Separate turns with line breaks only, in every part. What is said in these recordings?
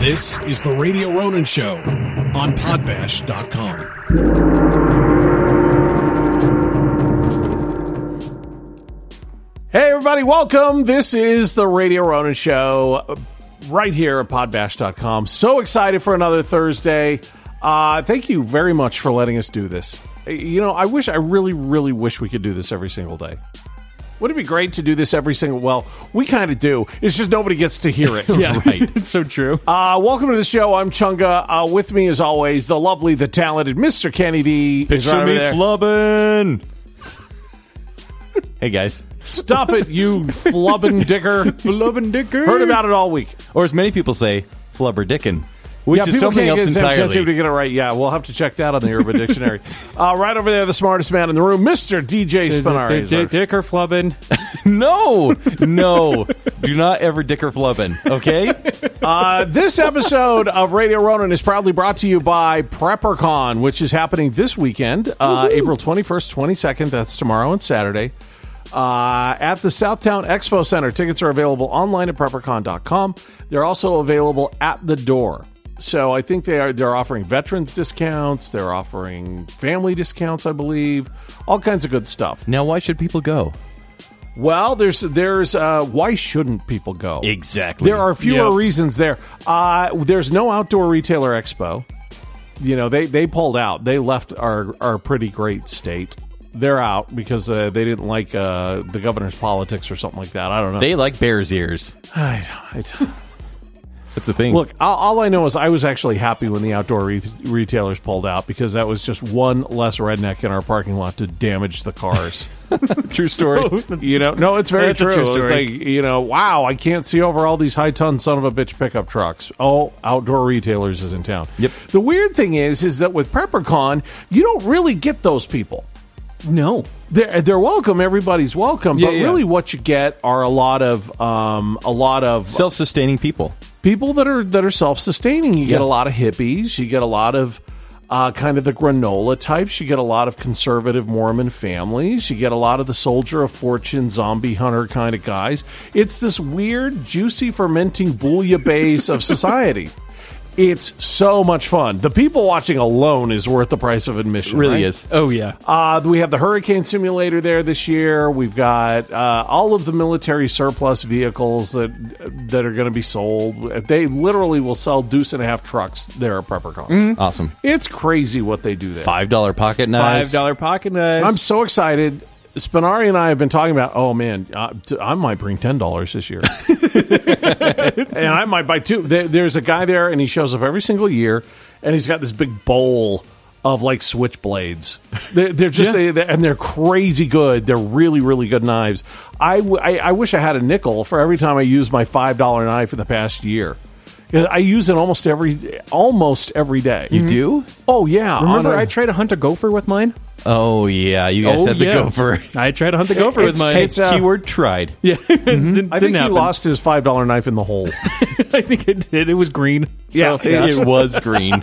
This is the Radio Ronin Show on Podbash.com. Hey, everybody, welcome. This is the Radio Ronin Show uh, right here at Podbash.com. So excited for another Thursday. Uh, thank you very much for letting us do this. Uh, You know, I wish, I really, really wish we could do this every single day. Wouldn't it be great to do this every single? Well, we kind of do. It's just nobody gets to hear it.
Yeah, right. it's so true.
Uh, welcome to the show. I'm Chunga. Uh, with me, as always, the lovely, the talented Mr. Kennedy. is right over there.
flubbing. hey guys,
Stop it, you flubbin' dicker.
flubbing dicker.
Heard about it all week.
or as many people say, flubber dickin, which is
people
something
can't get can't
else
seem to
entirely.
get it right. Yeah, we'll have to check that on the Urban Dictionary. Uh, right over there, the smartest man in the room, Mr. DJ Spinari. is our-
Dicker flubbing.
No, no, do not ever dicker flubbin. Okay,
Uh, this episode of Radio Ronin is proudly brought to you by PrepperCon, which is happening this weekend, uh, April 21st, 22nd. That's tomorrow and Saturday. Uh, at the Southtown Expo Center. Tickets are available online at preppercon.com. They're also available at the door. So I think they are they're offering veterans discounts, they're offering family discounts, I believe, all kinds of good stuff.
now why should people go?
Well, there's there's uh, why shouldn't people go?
Exactly.
There are fewer
Yep.
reasons there. Uh, there's no outdoor retailer expo. You know, they, they pulled out. They left our, our pretty great state. They're out because uh, they didn't like uh, the governor's politics or something like that. I don't know.
They like bears ears.
I don't, I don't-
That's the thing.
Look, all, all I know is I was actually happy when the outdoor re- retailers pulled out because that was just one less redneck in our parking lot to damage the cars.
true story.
You know, no, it's very
That's a
true.
true
It's
story.
like you know, wow, I can't see over all these high ton son of a bitch pickup trucks. Oh, outdoor retailers is in town.
Yep.
The weird thing is, is that with PrepperCon, you don't really get those people.
No.
They're, they're welcome. Everybody's welcome.
Yeah,
but
yeah.
really, what you get are a lot of um, a lot of
Self-sustaining people.
people that are that are self sustaining. You get
Yeah.
a lot of hippies. You get a lot of uh, kind of the granola types. You get a lot of conservative Mormon families. You get a lot of the soldier of fortune, zombie hunter kind of guys. It's this weird, juicy, fermenting bouillabaisse of society. It's so much fun. The people watching alone is worth the price of admission.
Really
right?
is.
Oh yeah.
Uh, we have the Hurricane Simulator there this year. We've got uh, all of the military surplus vehicles that that are going to be sold. They literally will sell deuce and a half trucks there at PrepperCon.
Awesome.
It's crazy what they do there.
Five dollar pocket knives.
Five dollar pocket knives.
I'm so excited. Spinari and I have been talking about. Oh man, uh, t- I might bring ten dollars this year, and I might buy two. There, there's a guy there, and he shows up every single year, and he's got this big bowl of like switchblades. They're, they're just they, they- and they're crazy good. They're really really good knives. I, w- I I wish I had a nickel for every time I used my five dollar knife in the past year. I use it almost every almost every day.
You do?
Oh yeah,
Mm. Remember,
on a-
I tried to hunt a gopher with mine.
Oh yeah, you guys
Oh,
had the
yeah.
gopher.
I tried to hunt the gopher with
It's-
mine.
it's, uh,
Keyword tried.
yeah, It didn't,
I
didn't
think he
happen.
lost his five dollar knife in the hole.
I think it did. It was green.
Yeah,
So-
yeah.
It was green.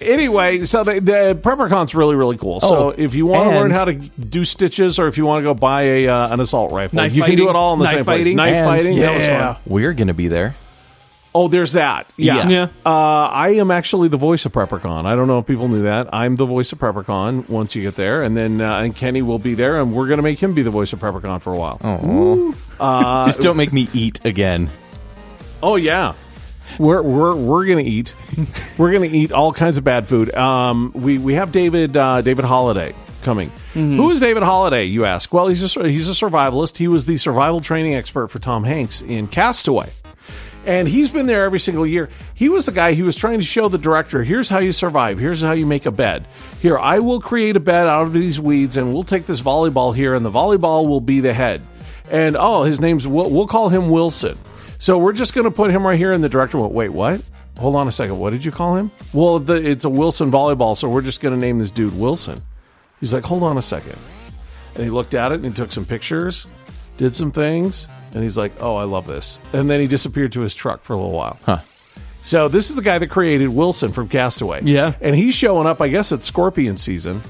anyway, so the, the PrepperCon's really really cool. so
Oh,
if you want to learn
and-
how to do stitches, or if you want to go buy a uh, an assault rifle,
Knife
you can do
fighting.
it all in the
Knife
same place.
fighting.
Knife
And-
fighting, that was
Yeah.
fun.
We're gonna be there.
Oh, there's that. Yeah.
Yeah.
Yeah.
Uh, I am actually the voice of PrepperCon. I don't know if people knew that. I'm the voice of PrepperCon once you get there, and then uh, and Kenny will be there, and we're gonna make him be the voice of PrepperCon for a while. Oh,
Just don't make me eat again.
Oh, yeah. We're, we're, we're gonna eat, we're gonna eat all kinds of bad food. Um, we we have David uh, David Holiday coming. Who is David Holiday? You ask. Well, he's a sur- he's a survivalist. He was the survival training expert for Tom Hanks in Castaway, and he's been there every single year. He was the guy who was trying to show the director, here's how you survive. Here's how you make a bed. Here, I will create a bed out of these weeds, and we'll take this volleyball here, and the volleyball will be the head. And oh, his name's Wil- we'll call him Wilson. So we're just going to put him right here. And the director went, wait, what? Hold on a second. What did you call him? Well, the, it's a Wilson volleyball, so we're just going to name this dude Wilson. He's like, hold on a second. And he looked at it and he took some pictures, did some things, and he's like, oh, I love this. And then he disappeared to his truck for a little while.
Huh.
So this is the guy that created Wilson from Castaway.
Yeah.
And he's showing up, I guess, at Scorpion season.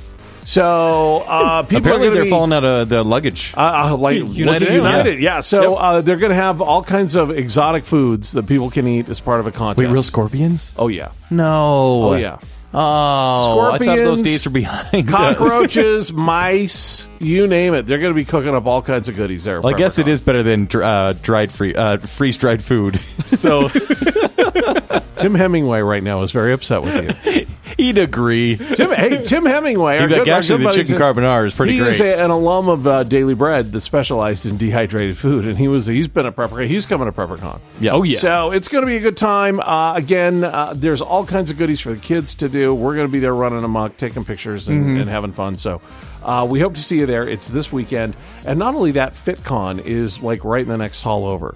So uh, people
Apparently,
are gonna
they're
be,
falling out of the luggage.
Uh, uh, like United, United,
Airlines.
yeah. So uh, they're going to have all kinds of exotic foods that people can eat as part of a contest.
scorpions?
oh yeah,
No.
oh yeah.
Oh, I thought
Scorpions,
those days were behind. us.
Cockroaches, mice, you name it. They're going to be cooking up all kinds of goodies there.
Well, I guess it is better than dr- uh, dried free uh, freeze dried food. So
Tim Hemingway right now is very upset with you.
he'd agree.
Tim, hey, Tim Hemingway. our
He'd be like,
good- our
actually,
good
the
buddies
chicken
in-
carbonara is pretty
he
great.
is a, an alum of uh, Daily Bread that specialized in dehydrated food, and he was he's been a prepper. He's coming to PrepperCon.
Yeah.
Oh, yeah.
So it's going to be a good time. Uh, again, uh, there's all kinds of goodies for the kids to do. We're going to be there running amok, taking pictures, and,
Mm-hmm.
and having fun. So uh, we hope to see you there. It's this weekend, and not only that, FitCon is like right in the next hall over.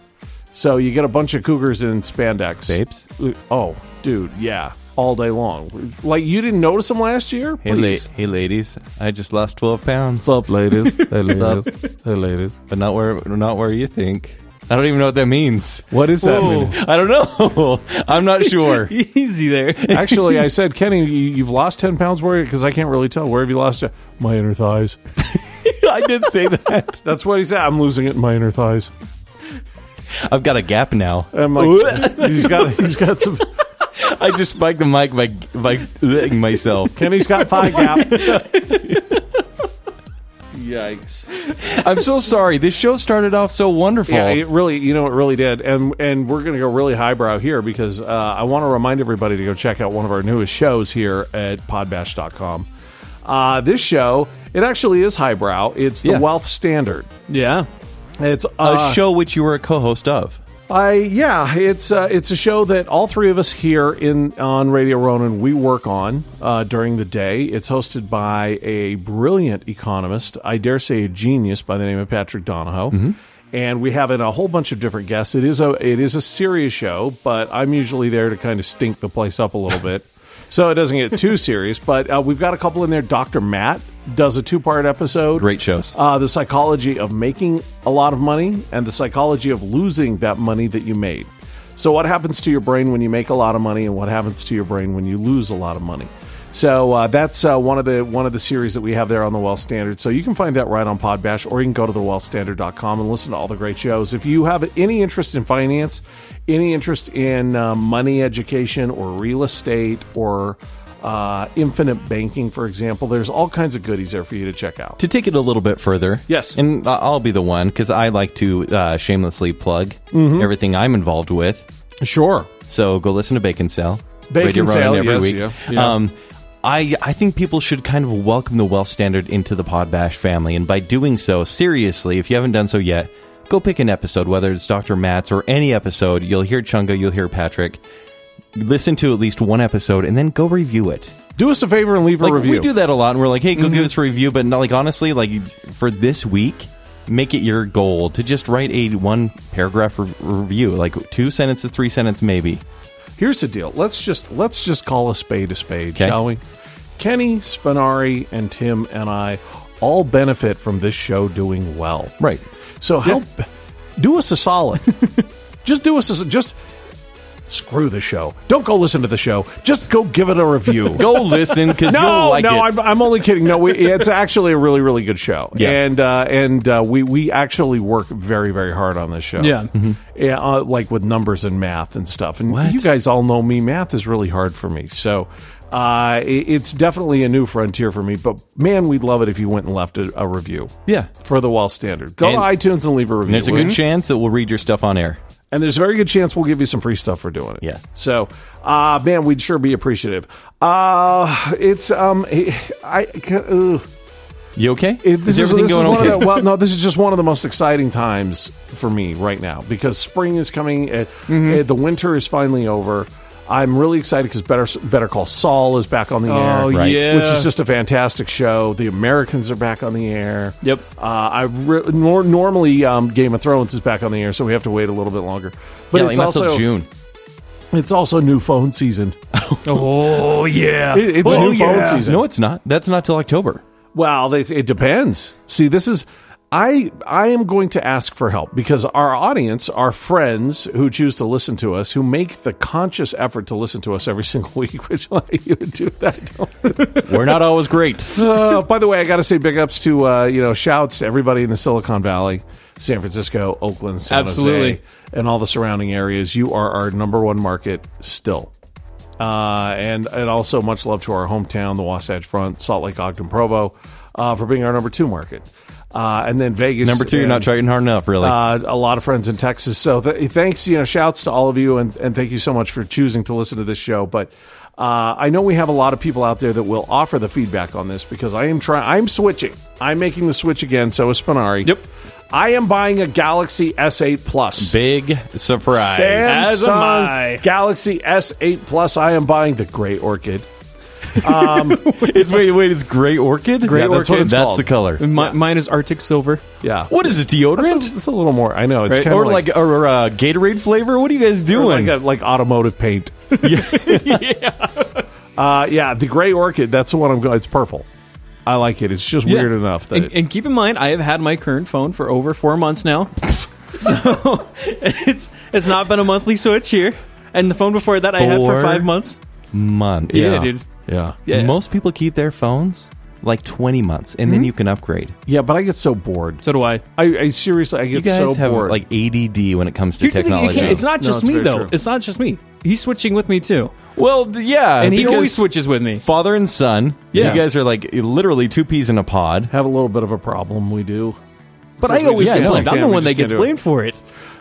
So you get a bunch of cougars in spandex.
Babes?
Oh, dude, yeah, all day long. Like you didn't notice them last year.
Hey, la-
Please.
hey, ladies! I just lost twelve pounds. What's up, ladies? Hey, ladies! hey, ladies! But not where, not where you think. I don't even know what that means.
What is that?
Whoa.
mean?
I don't know. I'm not sure.
Easy there.
Actually, I said, Kenny, you, you've lost 10 pounds where? Because I can't really tell. Where have you lost it? My inner thighs.
I did say that.
That's what he said. I'm losing it in my inner thighs.
I've got a gap now.
I'm like, he's got, he's got some,
I just spiked the mic by by licking myself.
Kenny's got thigh gap. Yikes.
I'm so sorry. This show started off so wonderful.
Yeah, it really, you know, it really did. And and we're going to go really highbrow here because uh, I want to remind everybody to go check out one of our newest shows here at podbash.com. Uh, this show, it actually is highbrow. It's the
Yeah.
wealth standard.
yeah.
It's
a
uh,
show which you were a co-host of.
I yeah, it's uh, it's a show that all three of us here in on Radio Ronan we work on uh, during the day. It's hosted by a brilliant economist, I dare say a genius, by the name of Patrick Donahoe. And we have in a whole bunch of different guests. It is a it is a serious show, but I'm usually there to kind of stink the place up a little bit, so it doesn't get too serious. But uh, we've got a couple in there. Doctor Matt does a two part episode.
Great shows.
Uh, the psychology of making a lot of money and the psychology of losing that money that you made. So, what happens to your brain when you make a lot of money, and what happens to your brain when you lose a lot of money? So uh, that's uh, one of the one of the series that we have there on the Well Standard. So you can find that right on Podbash, or you can go to thewellstandard.com and listen to all the great shows. If you have any interest in finance, any interest in uh, money education, or real estate, or uh, infinite banking, for example, there's all kinds of goodies there for you to check out.
to take it a little bit further,
Yes.
and I- I'll be the one because I like to uh, shamelessly plug
Mm-hmm.
everything I'm involved with.
Sure.
So go listen to Bacon Sale,
Bacon
Radio Ronin
Sale,
every
yes,
week.
yeah, yeah.
Um, I I think people should kind of welcome the Wealth Standard into the Podbash family, and by doing so, seriously, if you haven't done so yet, go pick an episode, whether it's Doctor Matt's or any episode. You'll hear Chunga, you'll hear Patrick. Listen to at least one episode, and then go review it.
Do us a favor and leave a
like
review. Mm-hmm.
we do that a lot and we're like hey go give us a review but not, like honestly like for this week make it your goal to just write a one paragraph re- review like two sentences three sentences maybe
Here's the deal. Let's just let's just call a spade a spade,
Okay.
shall we? Kenny Spinari and Tim and I all benefit from this show doing well.
right
So help do us a solid. just do us a just screw the show. Don't go listen to the show. Just go give it a review.
go listen because
No,
you'll like
no,
it
I'm, I'm only kidding. No, we, it's actually a really, really good show,
Yeah.
and uh, and uh, we we actually work very, very hard on this show.
Yeah.
yeah, uh, like with numbers and math and stuff. And
Mm-hmm. What?
you guys all know me; math is really hard for me. So. Uh, it- it's definitely a new frontier for me, but man, we'd love it if you went and left a, a review.
Yeah.
for the Wall Standard, go
And-
to iTunes and leave a review.
and there's a
would
good
you?
chance that we'll read your stuff on air
And there's a very good chance we'll give you some free stuff for doing it.
Yeah.
So, uh, man, we'd sure be appreciative. Uh, it's um, I. can ugh.
you okay
It, this is,
everything
this
going
is one
okay
of the, well, no, this is just one of the most exciting times for me right now because spring is coming. Uh,
Mm-hmm.
uh, the winter is finally over. I'm really excited because Better Better Call Saul is back on the
Oh,
air,
Right. yeah.
which is just a fantastic show. The Americans are back on the air.
Yep.
Uh, I re- nor- normally um, Game of Thrones is back on the air, so we have to wait a little bit longer. But
yeah, like,
it's
not till
also
June.
it's also new phone season.
Oh yeah.
It- it's
oh,
new phone season.
No, it's not. That's not till October.
Well, they, it depends. See, this is I I am going to ask for help because our audience are friends who choose to listen to us, who make the conscious effort to listen to us every single week. Which a lot of you do that. Don't.
We're not always great.
Uh, by the way, I got to say big ups to uh, you know shouts to everybody in the Silicon Valley, San Francisco, Oakland, San Jose,
Absolutely.
and all the surrounding areas. You are our number one market still. Uh, and and also much love to our hometown, the Wasatch Front, Salt Lake, Ogden, Provo, uh, for being our number two market. Uh, and then Vegas.
Number two, you're
and-
not trying hard enough, really.
uh, a lot of friends in Texas. So th- thanks, you know, shouts to all of you, and, and thank you so much for choosing to listen to this show. But uh, I know we have a lot of people out there that will offer the feedback on this because I am trying. I'm switching. I'm making the switch again. So is Spinari.
Yep.
I am buying a Galaxy S8 Plus.
Big surprise.
Samsung
As am I.
Galaxy S8 Plus. I am buying the Gray Orchid.
It's wait, wait, it's gray orchid. Gray
that's what
orchid.
it's
that's
called.
the color.
Mi- Mine is Arctic Silver.
Yeah.
What is it?
That's
Deodorant
a, that's a little more. I know it's
Right?
kind
or
of
like, or uh, Gatorade flavor? What are you guys
Or
doing?
Like, a, like automotive paint. yeah. Uh, yeah, the gray orchid, that's the one I'm going. It's purple. I like it. It's just weird
Yeah.
enough that.
And, and keep in mind, I have had my current phone for over four months now, so it's it's not been a monthly switch here. And the phone before that I had
Four
for five months.
Months.
Yeah, dude.
yeah.
Yeah.
Most people keep their phones like 20 months, and
Hmm?
then you can upgrade.
Yeah, but I get so bored.
So do I.
I, I seriously, I
You
get
guys
so
have
bored.
like ADD when it comes to
Here's the thing, you
technology.
can't- it's not
No,
just
it's
me
very
though.
true.
It's not just me. He's switching with me too,
well, th- yeah,
and he
because
always switches with me.
Father and son.
Yeah.
you guys are like literally two peas in a pod.
have a little bit of a problem, we do.
But
I always get blamed.
I'm
Yeah,
the
we
one
just
that
can't
gets
do it.
blamed for it.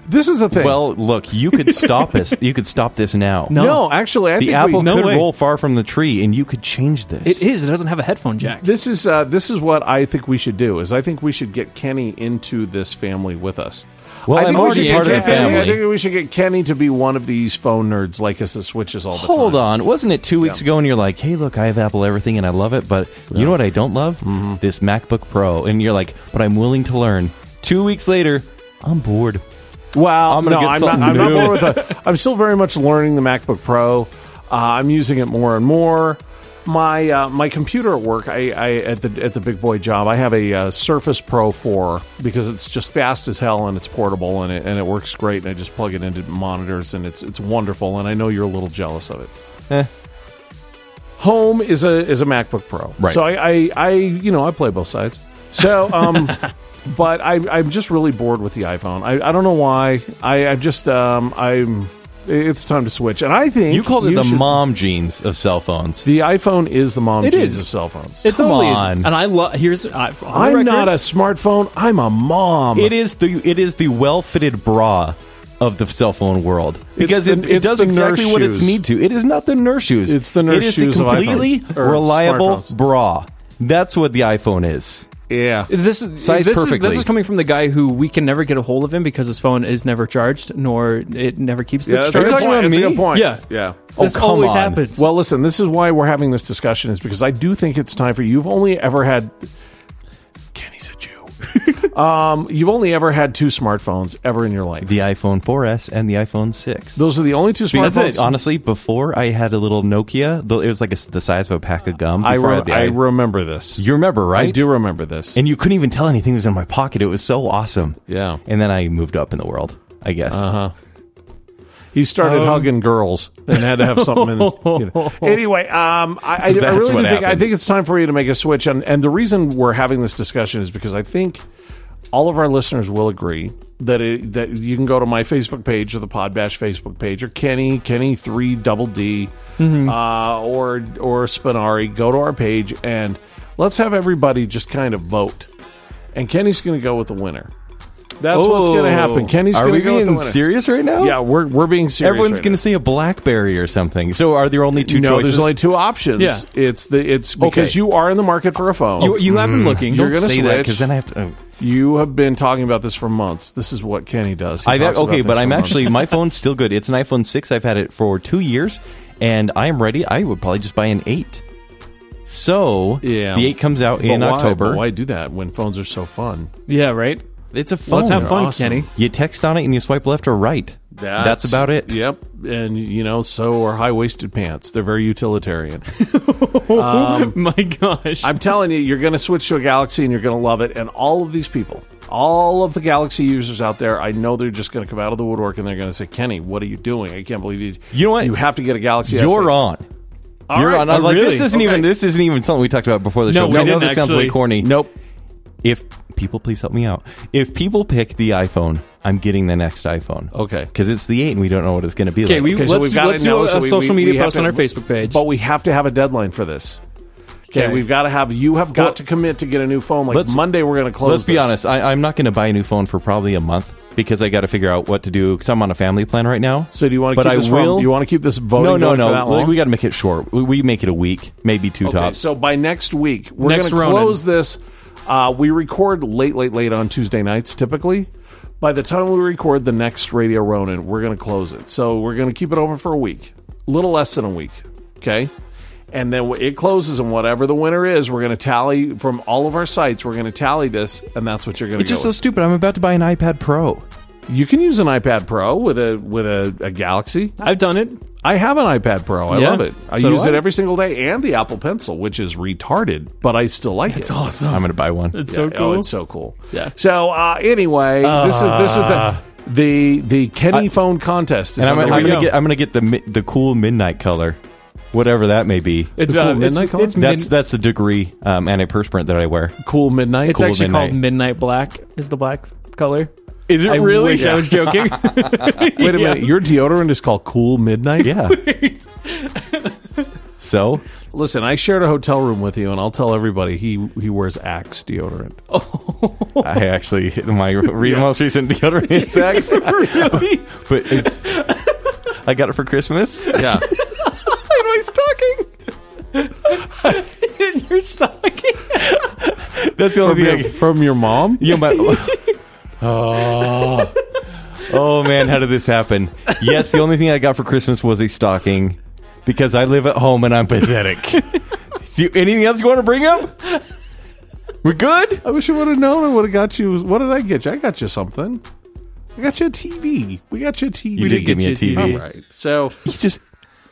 This is the thing.
Well, look, you could stop us. You could stop this now.
no, actually, I
the
think
apple
we,
no
could
way.
roll far from the tree, and you could change this.
It is. It doesn't have a headphone jack.
This is uh, this is what I think we should do. Is I think we should get Kenny into this family with us.
Well,
I
I'm
think we
already
should
part of
get
the
Kenny- I
family.
think we should get Kenny to be one of these phone nerds like us that switches all the time.
Hold on, wasn't it two weeks ago? And you're like, "Hey, look, I have Apple everything, and I love it, but you know what I don't love?
Mm-hmm.
This MacBook Pro." And you're like, "But I'm willing to learn." Two weeks later, I'm bored.
Well,
I'm
no,
gonna get
I'm not.
something
I'm not
new.
more with a, I'm still very much learning the MacBook Pro. Uh, I'm using it more and more. My uh, my computer at work, I, I at the at the big boy job, I have a uh, Surface Pro four because it's just fast as hell and it's portable and it and it works great and I just plug it into monitors and it's it's wonderful and I know you're a little jealous of it.
Eh.
Home is a is a MacBook Pro,
Right.
So I, I I you know I play both sides. So um. but I, I'm just really bored with the iPhone. I, I don't know why. I, I just um, I'm. It's time to switch, and I think
You called it the
should-
mom genes of cell phones.
The iPhone is the mom
It
genes
is.
of cell phones.
It
Come
totally is.
on.
And I love. Here's. I,
I'm not a smartphone. I'm a mom.
It is the it is the well fitted bra of the cell phone world because
the-
it, it
it's
does
the
exactly
nurse
what
shoes.
it's need to. It is not the nurse shoes.
It's the nurse
It is
shoes
a
of
completely
iPhones, or
reliable
smartphones.
bra. That's what the iPhone is.
Yeah.
This is
Size
this is
perfectly.
this is coming from the guy who we can never get a hold of him because his phone is never charged, nor it never keeps
Yeah,
its
that's a
charge.
good
talking
point.
about
That's a
me?
good point.
Yeah.
Yeah.
This
Oh, come
always
on.
happens.
Well, listen. This is why we're having this discussion is because I do think it's time for you've only ever had. Kenny's a Jew. um, you've only ever had two smartphones ever in your life.
The iPhone 4S and the iPhone 6.
Those are the only two smartphones.
That's it.
Honestly, before I had a little Nokia, though it was like a s the size of a pack of gum.
I,
before
re-
had the
I
i-
remember this.
you remember, right?
I do remember this.
And you couldn't even tell anything was in my pocket. It was so awesome.
Yeah. Uh-huh.
And then I moved up in the world, I guess.
He
Um,
started hugging girls and had to have something. in you know. Anyway, um, I, I, I
That's
really do think
what
I
happened.
think it's time for you to make a switch. And and the reason we're having this discussion is because I think all of our listeners will agree that it, that you can go to my Facebook page or the Podbash Facebook page or Kenny Kenny three double D
Mm-hmm.
uh, or or Spinari. Go to our page and let's have everybody just kind of vote. And Kenny's going to go with the winner. That's what's going
Oh.
to happen. Kenny's
Oh. Are
going
we
to go with the
being
winner.
serious right now?
Yeah, we're we're being serious.
Everyone's
right
going
now.
to say a BlackBerry or something. So are there only two
no.
choices?
There's only two options.
Yeah.
it's the it's because
Okay.
you are in the market for a phone.
you,
You,
you have been looking.
You're gonna
say that
switch.
because then I have to. oh.
have been talking about this for months. This is what Kenny does. He
I've,
talks about
okay,
this
but
for
I'm
months.
actually my phone's still good. It's an iPhone six. I've had it for two years, and I am ready. I would probably just buy an eight. So
Yeah.
the eight comes out
But
in
why-
October.
but Why do that when phones are so fun?
yeah, right.
It's a phone.
Let's have fun,
awesome.
Kenny.
You text on it and you swipe left or right. That's about it.
Yep. And, you know, so are high waisted pants. They're very utilitarian.
My gosh.
I'm telling you, you're going to switch to a Galaxy and you're going to love it. And all of these people, all of the Galaxy users out there, I know they're just going to come out of the woodwork and they're going to say, Kenny, what are you doing? I can't believe you.
You know what?
You have to get a Galaxy. I
You're
say,
on.
"All
You're
right."
on. I'm
Oh,
like
really?
this isn't even
Okay.
this isn't even something we talked about before the
No,
show.
we
because I know
didn't
this sounds way
actually.
corny.
Nope.
If people please help me out. If people pick the iPhone, I'm getting the next iPhone.
Okay.
Because it's the eight and we don't know what it's going to be
Okay,
like.
we,
Okay,
let's,
so we've got
let's
it
do
now,
a,
so
a
we- we-
social media
we have
post
to-
on our Facebook page.
But we have to have a deadline for this. Okay,
Okay.
we've got to have you have got to commit to get a new phone. Like
Let's-
Monday, we're going to close.
Let's be
this.
honest. I, I'm not going to buy a new phone for probably a month because I got to figure out what to do because I'm on a family plan right now.
So do you want to
But
keep
I
this from-
will.
you want to keep this voting
no, no,
going
no.
for that long?
Like, we got to make it short. We, we make it a week, maybe two
Okay,
tops.
so by next week, we're going
Next
to
Ronin.
close this. Uh, we record late, late, late on Tuesday nights typically. By the time we record the next Radio Ronin, we're going to close it. So we're going to keep it open for a week, a little less than a week. Okay. And then it closes, and whatever the winner is, we're going to tally from all of our sites. We're going to tally this, and that's what you're going to
it's
go.
just so
with.
stupid. I'm about to buy an iPad Pro.
you can use an iPad Pro with a with a, a Galaxy.
I've done it.
I have an iPad Pro. I
Yeah.
love it. I
So do
use it
I.
every single day, and the Apple Pencil, which is retarded, but I still like it.
Awesome.
I'm going to buy one.
It's so
Yeah,
cool.
Oh, it's so cool.
Yeah.
So uh, anyway, this is this is the the the Kenny phone contest. Is
Uh, and I'm,
on
I'm
the
going
radio.
to
go.
get. I'm going to get the mi- the cool midnight color, whatever that may be.
It's,
The
uh,
cool
it's,
midnight color?
it's mid-
That's that's the degree um, antiperspirant that I wear.
cool midnight.
it's
cool
actually
midnight.
called midnight black. Is the black color?
Is it
I wish I was joking.
Wait a minute, your deodorant is called Cool Midnight.
Yeah. so
Listen, I shared a hotel room with you, and I'll tell everybody he he wears Axe deodorant.
Oh, I actually my re- most recent deodorant is Axe,
really?
but it's I got it for Christmas.
Yeah.
in my stocking.
In your stocking?
That's the only
From
thing. I
your,
can-
from your mom?
Yeah, my. oh. oh man, how did this happen? Yes, the only thing I got for Christmas was a stocking because I live at home and I'm pathetic. Do you, anything else you want to bring up? We're good.
I wish I would have known. I would have got you. What did I get you? I got you something. I got you a TV. We got you a TV.
You did give me a
get you a
TV.
All right. So
He just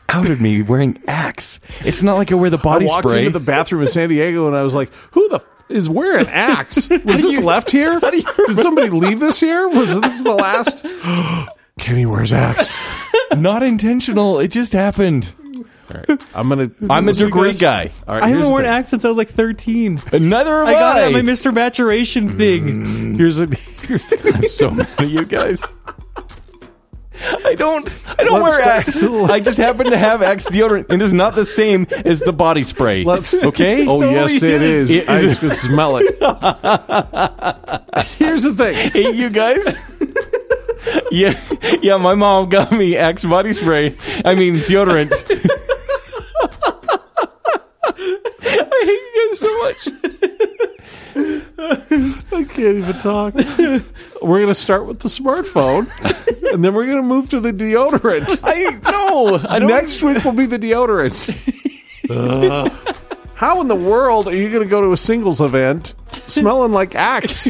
outed me wearing Axe. It's not like I wear the body
I walked
spray.
into the bathroom in San Diego and I was like, "Who the f- is wearing axe? Was this left here? Did somebody leave this here? Was this the last?" Kenny wears axe.
not intentional. It just happened.
I'm gonna.
I'm a
listen to
degree
this.
guy.
All right,
I
here's
haven't
the
worn
thing.
axe since I was like 13.
Another
I got it at my Mr. Maturation thing.
Mm.
Here's a. Here's a
I'm so mad at you guys. I don't. I don't
Let's
wear
start-
Axe. I just happen to have Axe deodorant, and it's not the same as the body spray.
Let's-
okay.
oh yes, it is.
It-
I just could smell it. here's the thing.
Hey, you guys. yeah, yeah. My mom got me Axe body spray. I mean deodorant. I hate you guys so much.
I can't even talk. We're gonna start with the smartphone, and then we're gonna move to the deodorant.
I no. I don't.
Next week will be the deodorants. How in the world are you going to go to a singles event smelling like Axe?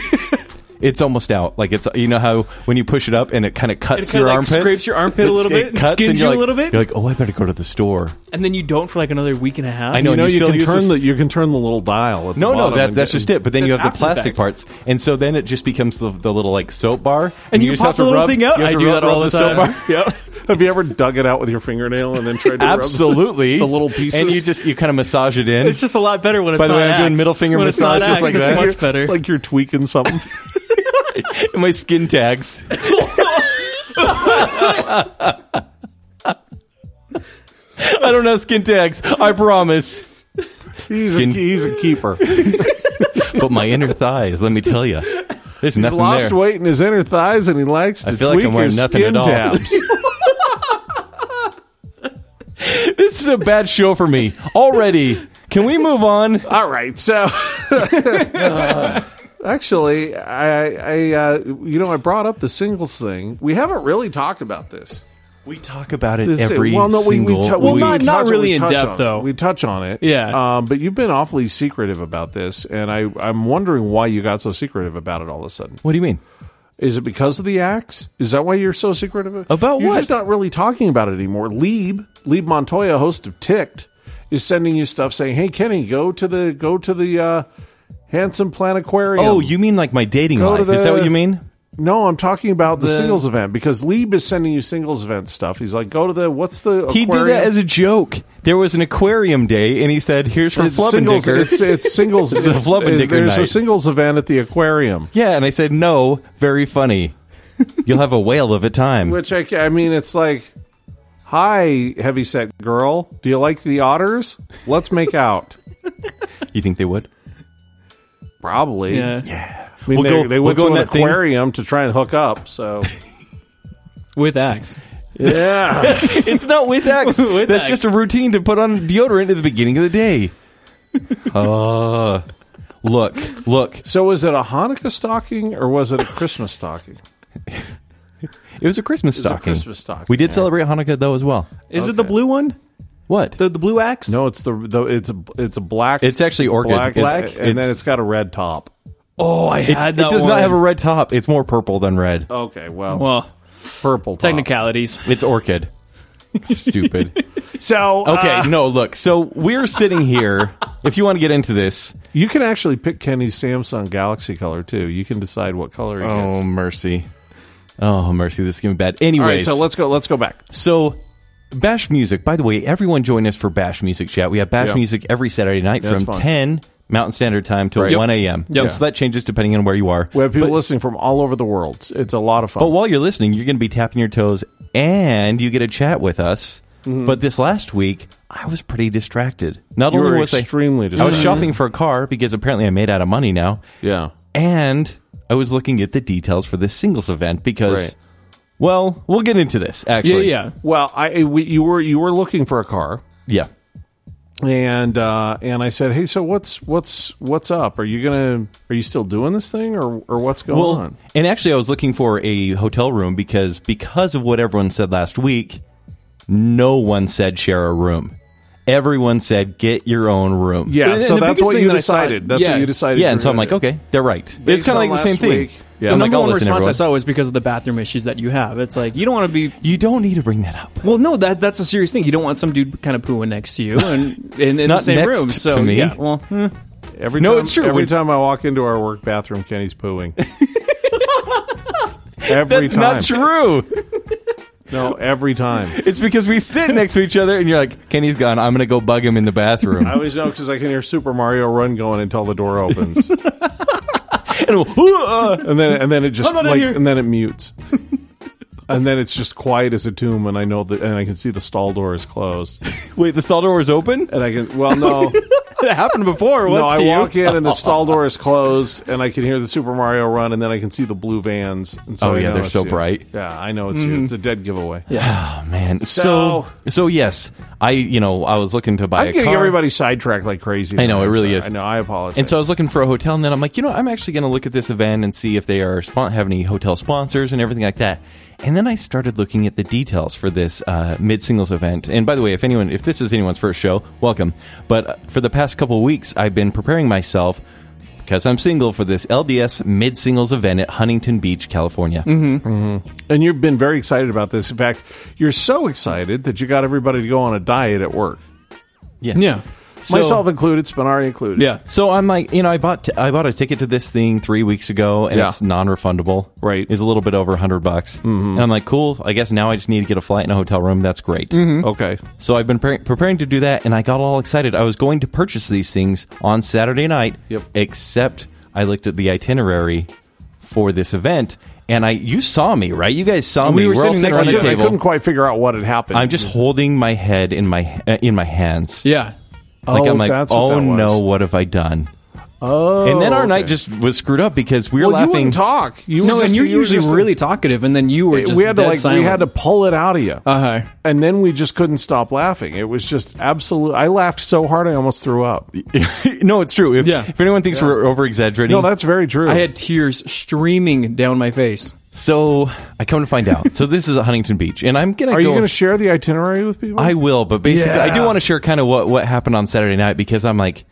It's almost out. Like it's you know how when you push it up and it kind of cuts
kinda,
your
like,
armpit,
scrapes your armpit a little bit and skins you a little bit.
You're like, oh, I better go to the store.
And then you don't for like another week and a half.
I know.
You know
you
you
still
can
use
turn
this-
the you can turn the little dial. At the
No, no,
bottom
that,
and
that's
get-
just it. But then you
That's
have the
after the
plastic
fact.
parts, and so then it just becomes the, the little like soap bar,
And you,
just
pop
have
the
to
little
rub-
thing out.
you have
I
to
do
rub-
that
rub
all the,
soap
time.
bar.
Yep.
Have you ever dug it out with your fingernail and then tried to rub the-
Absolutely,
the little pieces?
and you just you kind of massage it in.
It's just a lot better when it's
By the
not
way, I'm doing
Axe.
middle finger
When it's not
massage just
Axe,
like that.
It's
You're-
much better.
Like you're tweaking something.
my skin tags. I don't have skin tags. I promise.
He's a,
Skin-
he's a keeper. He's
But my inner thighs, let me tell you, there's nothing
lost
there.
weight in his inner thighs and he likes to
I feel like
tweak
I'm wearing
his
nothing
skin
at all.
tabs.
This is a bad show for me already. Can we move on?
All right, so actually, I, I, uh, you know, I brought up the singles thing. We haven't really talked about this.
We talk about it
This is-
every
well, no, we,
single.
we, tou-
Well,
we
not-
touch
not
it,
really
we
in
touch
depth,
on it.
though.
We touch on it,
Yeah.
Um, but you've been awfully secretive about this, and I, I'm wondering why you got so secretive about it all of a sudden.
what do you mean?
Is it because of the axe? Is that why you're so secretive?
About
you're
what?
just not really talking about it anymore. Lieb, Lieb Montoya, host of Ticked, is sending you stuff saying, "Hey, Kenny, go to the go to the uh, Handsome Planetarium."
Oh, you mean like my dating
Go to
life? Is that
the-
what you mean?
No, I'm talking about the,
The-
singles event because Lieb is sending you singles event stuff. He's like, "Go to the what's the
He did
aquarium?"
that as a joke. There was an aquarium day, and he said, "Here's from
it's singles.
Flubbendicker."
It's, it's singles.
It's a
it's-
Flubbendicker
it's- there's a
night.
singles event at the aquarium.
yeah, and I said, "No, very funny. You'll have a whale of a time."
Which I, I mean, it's like, hi, heavyset girl, do you like the otters? Let's make out.
you think they would?
Probably.
Yeah.
I mean,
We'll
they,
go-
they
we'll
went
go in
to an
that thing.
aquarium to try and hook up. So
with axe.
yeah,
It's not with X.
With
That's
X.
just a routine to put on deodorant at the beginning of the day. Uh, look, look.
so was it a Hanukkah stocking or was it a Christmas stocking?
It was a Christmas
a
stocking.
Christmas stocking,
We did
yeah.
celebrate Hanukkah though as well.
Is it the
Okay.
blue one?
What?
The, the blue axe?
No, it's the, the it's a it's a black.
It's actually orchid.
black,
It's-
black,
it's-
and then it's got a red top.
Oh, I had
it
that.
does
one.
not have a red top. It's more purple than red.
Okay, well,
well
purple top.
technicalities.
It's orchid. Stupid.
So
Okay,
uh,
no, look. So we're sitting here. if you want to get into this,
you can actually pick Kenny's Samsung Galaxy color too. You can decide what color he gets.
oh mercy, oh mercy, this is gonna be bad. Anyways,
All right, so let's go. Let's go back.
So, Bash Music, by the way, everyone join us for Bash Music Chat. We have Bash
Yeah.
Music every Saturday night
That's
from
fun.
10 Mountain Standard Time till
Right. Yep.
1 a.m.
Yep.
So that changes depending on where you are.
We have people listening from all over the world. It's- It's a lot of fun.
But while you're listening, you're going to be tapping your toes and you get a chat with us. But this last week, I was pretty distracted. Not
Mm-hmm. You
only
were
was
extremely
I, I was
distracted.
shopping for a car because apparently I made out of money now.
yeah,
And I was looking at the details for this singles event because,
Right.
well, we'll get into this
Yeah,
actually.
yeah.
well, I we, you were you were looking for a car,
Yeah.
and uh, and I said, hey, so what's what's what's up? Are you gonna are you still doing this thing or or what's going on?
And actually, I was looking for a hotel room because because of what everyone said last week, no one said share a room. Everyone said get your own room.
Yeah,
And-
so
and the
that's
biggest
what
thing
you
that I saw-
decided. that's
yeah.
what you decided.
yeah.
you
And
were
so I'm
gonna
like,
do.
okay, they're right. it's
Based
kind of
on
like the same
last
thing.
week, yeah. The
I'm
The
like,
number
I'll
one
listen,
response I
everyone.
saw was because of the bathroom issues that you have. It's like you don't want to be.
You don't need to bring that up.
Well, no, that that's a serious thing. You don't want some dude kind of pooing next to you and in, in the
Not
same
next
room.
to
So
me.
yeah, well, hmm.
Every
No,
time,
it's true.
Every
We-
time I walk into our work bathroom, Kenny's pooing. every
That's
time.
not true.
No, every time.
It's because we sit next to each other, and you're like, "Kenny's gone. I'm going to go bug him in the bathroom."
I always know because I can hear Super Mario Run going until the door opens, and then and then it just
I'm not in
like
here.
and then it mutes, and then it's just quiet as a tomb, and I know that, and I can see the stall door is closed,
Wait, the stall door was open.
and I can well no
it happened before.
no
Once
I
to you.
walk in and the stall door is closed, and I can hear the Super Mario Run, and then I can see the blue vans. And so
Oh,
I
yeah,
know
they're
it's
so
you.
bright. Mm-hmm.
Yeah, I know it's you. It's a dead giveaway.
Oh man. So, so yes, I you know I was looking to buy.
I'm
a
getting
car.
everybody sidetracked like crazy.
I know, it really
I'm
is.
sorry. I know. I apologize.
And so I was looking for a hotel, and then I'm like, you know, I'm actually going to look at this event and see if they are spon- have any hotel sponsors and everything like that. And then I started looking at the details for this uh, mid singles event. And by the way, if anyone, if this is anyone's first show, welcome. But uh, for the past couple weeks, I've been preparing myself because I'm single for this LDS mid singles event at Huntington Beach, California.
And you've been very excited about this. In fact, you're so excited that you got everybody to go on a diet at work,
Yeah,
So-
myself included, Spinari included.
yeah.
So I'm like, you know, I bought t- I bought a ticket to this thing three weeks ago, and
Yeah.
it's non-refundable.
Right. Mm-hmm.
it's a little bit over hundred bucks, and I'm like, cool. I guess now I just need to get a flight and a hotel room. That's great.
Hmm?
Okay.
So I've been pre- preparing to do that, and I got all excited. I was going to purchase these things on Saturday night.
Yep.
Except I looked at the itinerary for this event, and I you saw me right. You guys saw me.
were
all
sitting
sitting
next
around
I,
to
the
each
couldn't- I
table.
couldn't quite figure out what had happened.
I'm just holding my head in my uh, in my hands.
Yeah.
Like
Oh,
I'm like,
that's what
oh
that was."
no, what have I done?
Oh,
and then our
okay.
night just was screwed up because we were
Well, you
laughing.
wouldn't talk. You
No,
were
and
just-
you're
you were
usually
just-
really talkative, and then you were just
we had to
dead
like
silent.
we had to pull it out of you,
Uh huh.
and then we just couldn't stop laughing. It was just absolute. I laughed so hard I almost threw up.
no, it's true. If,
Yeah.
if anyone thinks we're over exaggerating,
No, that's very true.
I had tears streaming down my face.
so I come to find out. so this is at Huntington Beach, and I'm gonna.
Are
go,
you going to share the itinerary with people?
I will, but basically, I do
Yeah.
want to share kind of what what happened on Saturday night because I'm like,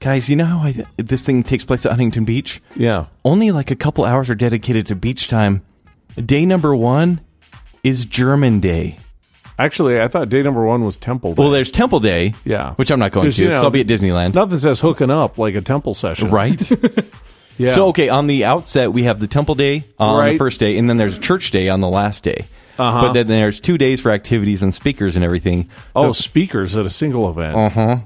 Guys, you know how I, this thing takes place at Huntington Beach?
Yeah.
Only like a couple hours are dedicated to beach time. Day number one is German Day.
Actually, I thought day number one was Temple Day.
Well, there's Temple Day,
Yeah.
which I'm not going
'Cause,
to
you
because
know,
I'll be at Disneyland,
Nothing says hooking up like a temple session.
right?
Yeah.
So okay, on the outset we have the temple day on
Right.
the first day, and then there's church day on the last day.
Uh-huh.
But then there's two days for activities and speakers and everything.
oh, speakers at a single event.
Uh-huh.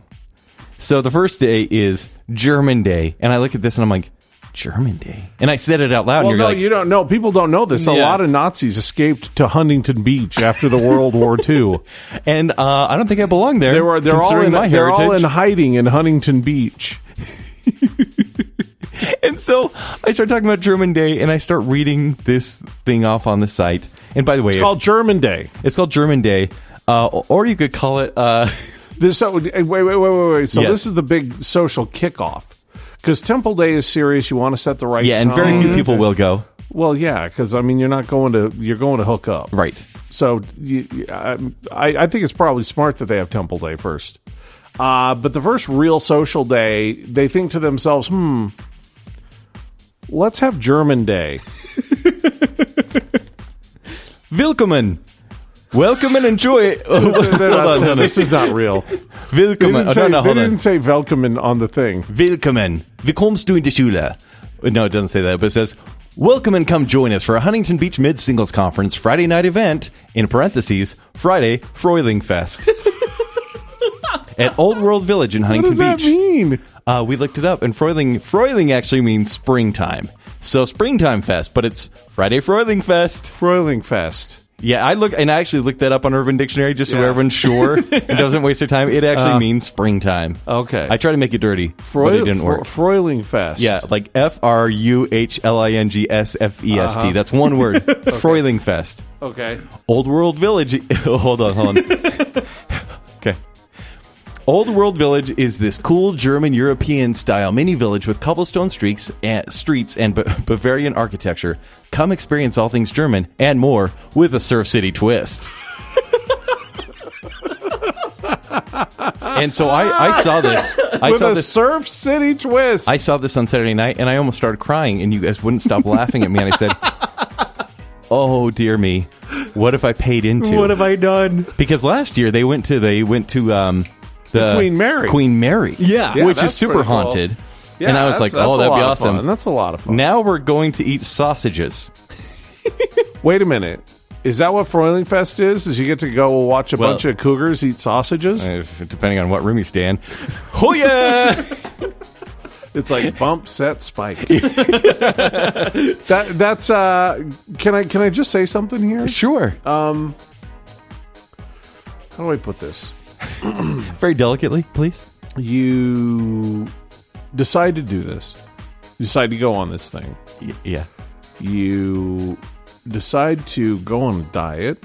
So the first day is German Day, and I look at this and I'm like, German Day, and I said it out loud,
Well,
and
no,
you're like,
you don't know. People don't know this. A
Yeah.
lot of Nazis escaped to Huntington Beach after the World War II.
and uh, I don't think I belong there.
They were they're all
considering
in
my
they're all in
heritage.
hiding in Huntington Beach.
And so I start talking about German Day, and I start reading this thing off on the site. And by the way,
It's called German Day.
it's called German Day, uh, or you could call it. Uh,
This so wait wait wait wait wait. So
Yes.
this is the big social kickoff because Temple Day is serious. You want to set the right
yeah, and very
tone.
few people will go.
Well, yeah, because I mean you're not going to you're going to hook up
Right.
So you, I, I think it's probably smart that they have Temple Day first. Uh, but the first real social day, they think to themselves, hmm, let's have German Day.
Willkommen. Welcome and enjoy. Oh,
They're not
on,
saying-
hold on.
this is not real. They
Willkommen.
didn't
Oh,
say,
no, no,
they
hold on.
didn't say Velkommen on the thing.
Willkommen. Wie kommst du in die Schule? No, it doesn't say that, but it says, Welcome and come join us for a Huntington Beach Mid Singles Conference Friday night event, in parentheses, Friday Froilingfest. At Old World Village in
What
Huntington
does that
Beach.
mean?
Uh, we looked it up, and Froiling, Froiling actually means springtime. So Springtime Fest, but it's Friday Froiling Fest.
Froiling Fest.
Yeah, I look and I actually looked that up on Urban Dictionary just so
Yeah. Uh,
everyone's sure and doesn't waste their time. It actually means springtime.
okay.
I tried to make it dirty, but it
Froi-
didn't
Fro-
work.
Froiling Fest.
yeah, like F R U H L I N G S F E S T.
Uh-huh.
That's one word. Froiling Fest.
Okay.
Old World Village. hold on, hold on. okay. Old World Village is this cool German European style mini village with cobblestone streaks and streets and ba- Bavarian architecture. Come experience all things German and more with a Surf City twist. and so I, I saw this. I
With
saw
a
this.
Surf City twist.
I saw this on Saturday night and I almost started crying, and you guys wouldn't stop laughing at me. And I said, "Oh dear me, what if I paid into?
What have I done?
because last year they went to they went to um, the
Queen Mary.
Queen Mary,
Yeah.
Yeah,
which is
that's
super
pretty cool.
haunted.
Yeah,
and I was like,
that's-
"Oh,
that's a
that'd be
lot of
awesome."
fun. That's a lot of fun.
Now we're going to eat sausages.
Wait a minute. Is that what Froiling Fest is? Is you get to go watch a
Well-
bunch of cougars eat sausages?
If, depending on what room you stand. Oh yeah!
It's like bump, set, spike. that that's uh can I can I just say something here?
sure.
Uh, How do I put this?
Very delicately, please.
You decide to do this. You decide to go on this thing.
Y- yeah.
You decide to go on a diet.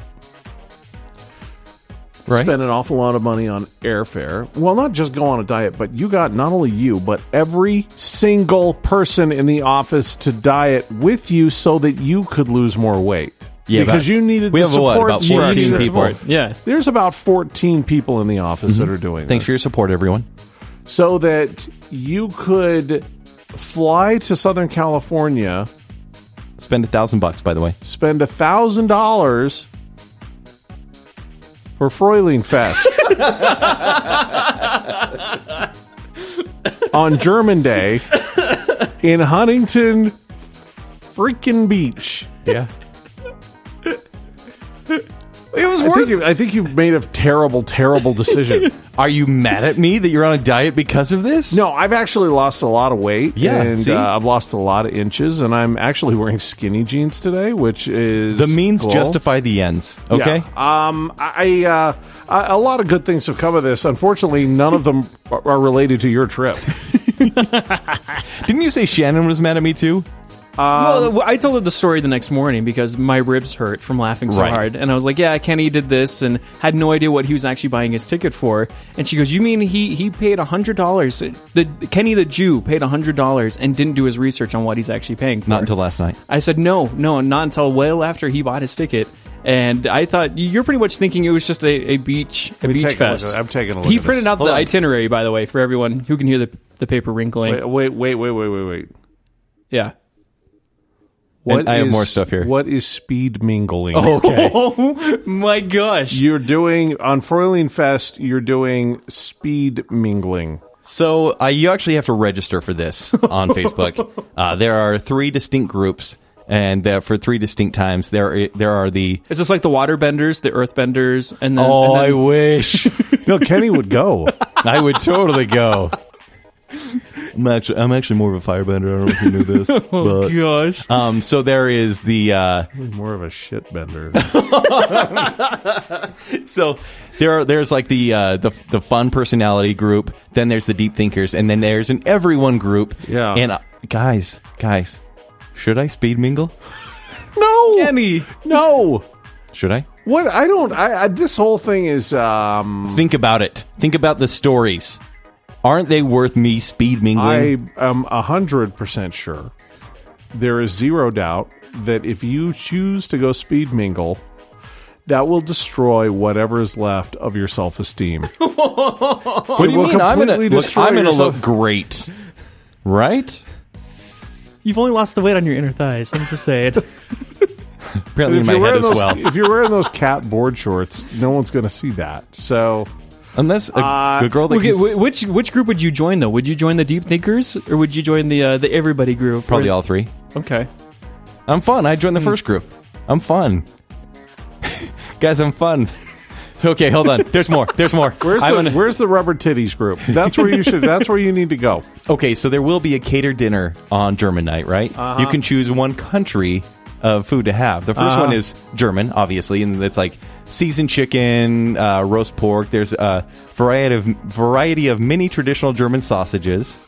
Right.
Spend an awful lot of money on airfare. Well, not just go on a diet, but you got not only you, but every single person in the office to diet with you so that you could lose more weight.
Yeah,
because
about-
you needed
we
the
have a what,
support.
about
you
14
needed the
people. Mm-hmm.
support.
Yeah.
There's about 14 people in the office that are doing
Thanks
this
for your support, everyone.
so that you could fly to Southern California,
Spend a thousand bucks, by the way.
spend a thousand dollars for Froiling Fest on German Day in Huntington freaking Beach.
Yeah.
It was I think, you, I think you've made a terrible, terrible decision.
Are you mad at me that you're on a diet because of this?
No, I've actually lost a lot of weight.
Yeah,
and
see?
Uh, I've lost a lot of inches, and I'm actually wearing skinny jeans today, which is
The means
cool.
justify the ends.
Yeah.
Okay.
Um, I uh, I- a lot of good things have come of this. Unfortunately, none of them are are related to your trip.
Didn't you say Shannon was mad at me too? Um,
well, I told her the story the next morning because my ribs hurt from laughing so
Right.
hard, and I was like, "Yeah, Kenny did this," and had no idea what he was actually buying his ticket for. And she goes, "You mean he he paid hundred dollars? The Kenny the Jew paid hundred dollars and didn't do his research on what he's actually paying for."
Not until last night.
I said, "No, no, not until well after he bought his ticket." And I thought you're pretty much thinking it was just a, a beach a beach
take a look at
fest.
it. I'm taking a look at
He
this.
printed out
Hold
the
on.
itinerary, by the way, for everyone who can hear the the paper wrinkling.
Wait, wait, wait, wait, wait, wait, wait.
Yeah.
What
I have
is-
more stuff here.
What is speed mingling?
Okay.
Oh my gosh.
You're doing on Froiling Fest. You're doing speed mingling.
So uh, you actually have to register for this on Facebook. Uh, there are three distinct groups, and uh, for three distinct times, there are, there are the.
Is this like the waterbenders, the earthbenders, and then, and
Oh,
then-
wish
No, Kenny would go.
I would totally go. I'm actually, I'm actually more of a firebender. I don't know if you knew this, but
gosh.
um, so there is the uh,
More of a shitbender.
so there are, there's like the, uh, the the fun personality group. Then there's the deep thinkers, and then there's an everyone group.
Yeah.
and uh, guys, guys, should I speed mingle?
No,
Kenny.
No.
Should I?
What I don't. I, I this whole thing is. um
Think about it. Think about the stories. Aren't they worth me speed mingling?
I am hundred percent sure. There is zero doubt that if you choose to go speed mingle, that will destroy whatever is left of your self esteem.
what do
it will
I'm gonna,
completely
look,
destroy
I'm gonna
yourself.
look great, right?
You've only lost the weight on your inner thighs. I'm just saying.
Apparently, in my
you're wearing
head as
those,
well.
if you're wearing those cat board shorts, no one's going to see that. So
Unless a,
Uh,
a girl that
Okay,
can s-
wh- which which group would you join though? Would you join the deep thinkers or would you join the uh, the everybody group?
probably
Or-
all three.
Okay.
I'm fun. I joined the
Hmm.
first group. I'm fun, guys. I'm fun. Okay, hold on. There's more. There's more.
where's
I'm
the,
gonna-
where's the rubber titties group? That's where you should. that's where you need to go.
Okay, so there will be a cater dinner on German night, right? You can choose one country of food to have. The 1st one is German, obviously, and it's like seasoned chicken, uh, roast pork. There's a variety of variety of mini traditional German sausages,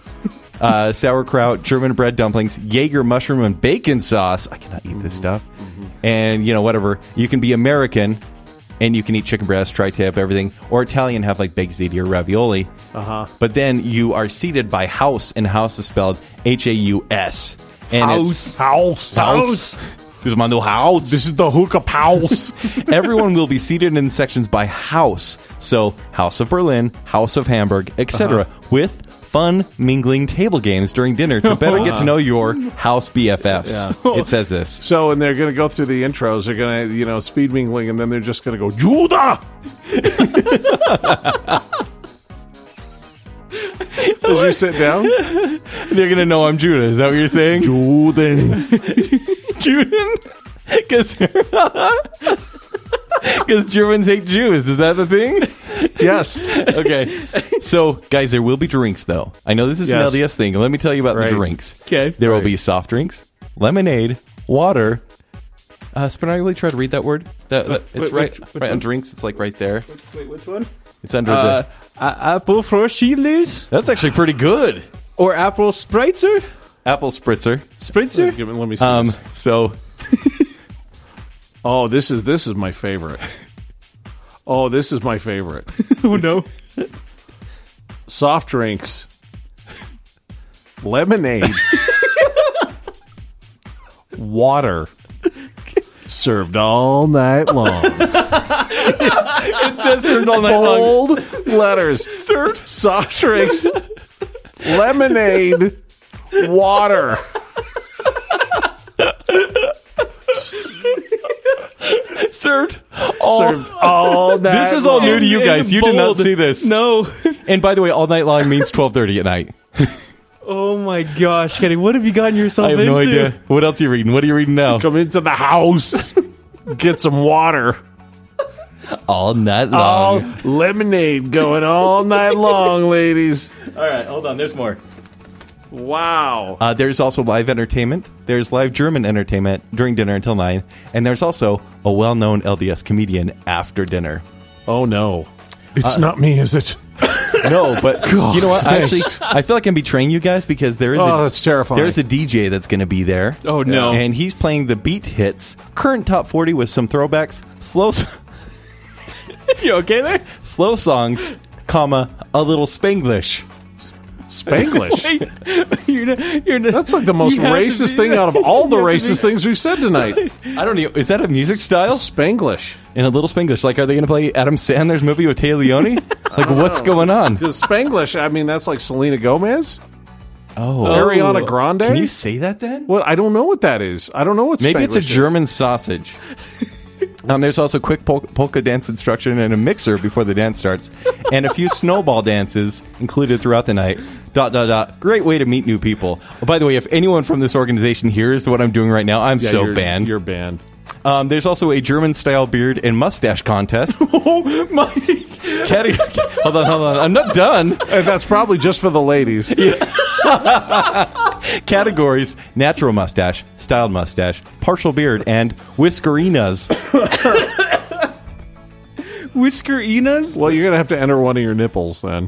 uh, sauerkraut, German bread dumplings, Jaeger mushroom and bacon sauce. I cannot eat this stuff, and you know whatever. You can be American. And you can eat chicken breast, tri-tip, everything, or Italian have like baked ziti or ravioli. Uh huh. But then you are seated by house, and house is spelled H A U S. And it's-
House.
house. This is my new house.
This is the hookah house.
Everyone will be seated in sections by house. So, House of Berlin, House of Hamburg, etc.,
Uh-huh.
with fun mingling table games during dinner to better get to know your house BFFs.
Oh.
It says this.
so, and they're going to go through the intros. They're going to, you know, speed mingling, and then they're just going to go Judah. As you sit down,
They're going to know I'm Judah. Is that what you're saying?
Juden.
Juden? Because Germans hate Jews. Is that the thing?
Yes,
okay. So, guys, there will be drinks, though. I know this is
Yes.
an LDS thing. Let me tell you about
Right.
the drinks.
'Kay.
There will be soft drinks, lemonade, water. Uh, Spin, I really try to read that word. That, that- it's
which-
right,
which
right on drinks. It's like right there.
Wait, which one?
It's under
Uh,
the.
a- apple froschilis
That's actually pretty good.
or apple spritzer?
Apple spritzer.
Spritzer?
Give me- let me see.
Um,
this.
so
Oh, this is this is my favorite. Oh, this is my favorite.
oh no.
Soft drinks, lemonade, water, served all night long.
it says served all night long.
Bold letters.
Served.
Soft drinks, lemonade, water.
Served.
Served all night.
This is all
long.
new to you
In- in
guys. You did not
bold.
see this.
No.
And by the way, all night long means twelve thirty at night.
oh my gosh, Kenny, what have you gotten yourself
I have
into?
no idea. What else are you reading? What are you reading now?
Come into the house. Get some water.
All night
all lemonade going all night long, ladies.
all right, hold on. There's more.
Wow.
Uh, there's also live entertainment. There's live German entertainment during dinner until 9. And there's also a well known LDS comedian after dinner.
Oh no. It's not me, is it?
No, Oh, but you know what? I actually,
thanks.
I feel like I'm betraying you guys because there is,
Oh,
a,
that's terrifying.
there's a DJ that's going to be there.
Oh, no.
And he's playing the beat hits, current top 40 with some throwbacks, slow, s-
You okay there?
slow songs, comma, a little Spanglish.
Spanglish.
you're not, you're not,
That's like the most
you have to
racist
do
thing
that.
out of all the
You have to
racist things we've said tonight.
I don't know. Is that a music style?
Spanglish.
In a little Spanglish. Like, are they going to play Adam Sandler's movie with Tay Leone? Like, what's going on?
Because Spanglish, I mean, that's like Selena Gomez,
Oh.
Ariana Grande.
Can you say that then?
What? I don't know what that is. I don't know what.
Maybe it's a
Spanglish is.
German sausage. um, there's also quick pol- polka dance instruction and a mixer before the dance starts, and a few snowball dances included throughout the night. Dot dot dot. Great way to meet new people. Oh, by the way, if anyone from this organization hears what I'm doing right now, I'm
Yeah,
so
you're,
banned.
You're banned.
Um, there's also a German style beard and mustache contest. oh my! hold on, hold on. I'm not done.
And that's probably just for the ladies.
Categories: natural mustache, styled mustache, partial beard, and whiskerinas.
Whiskerinas?
Well, you're gonna have to enter one of your nipples then.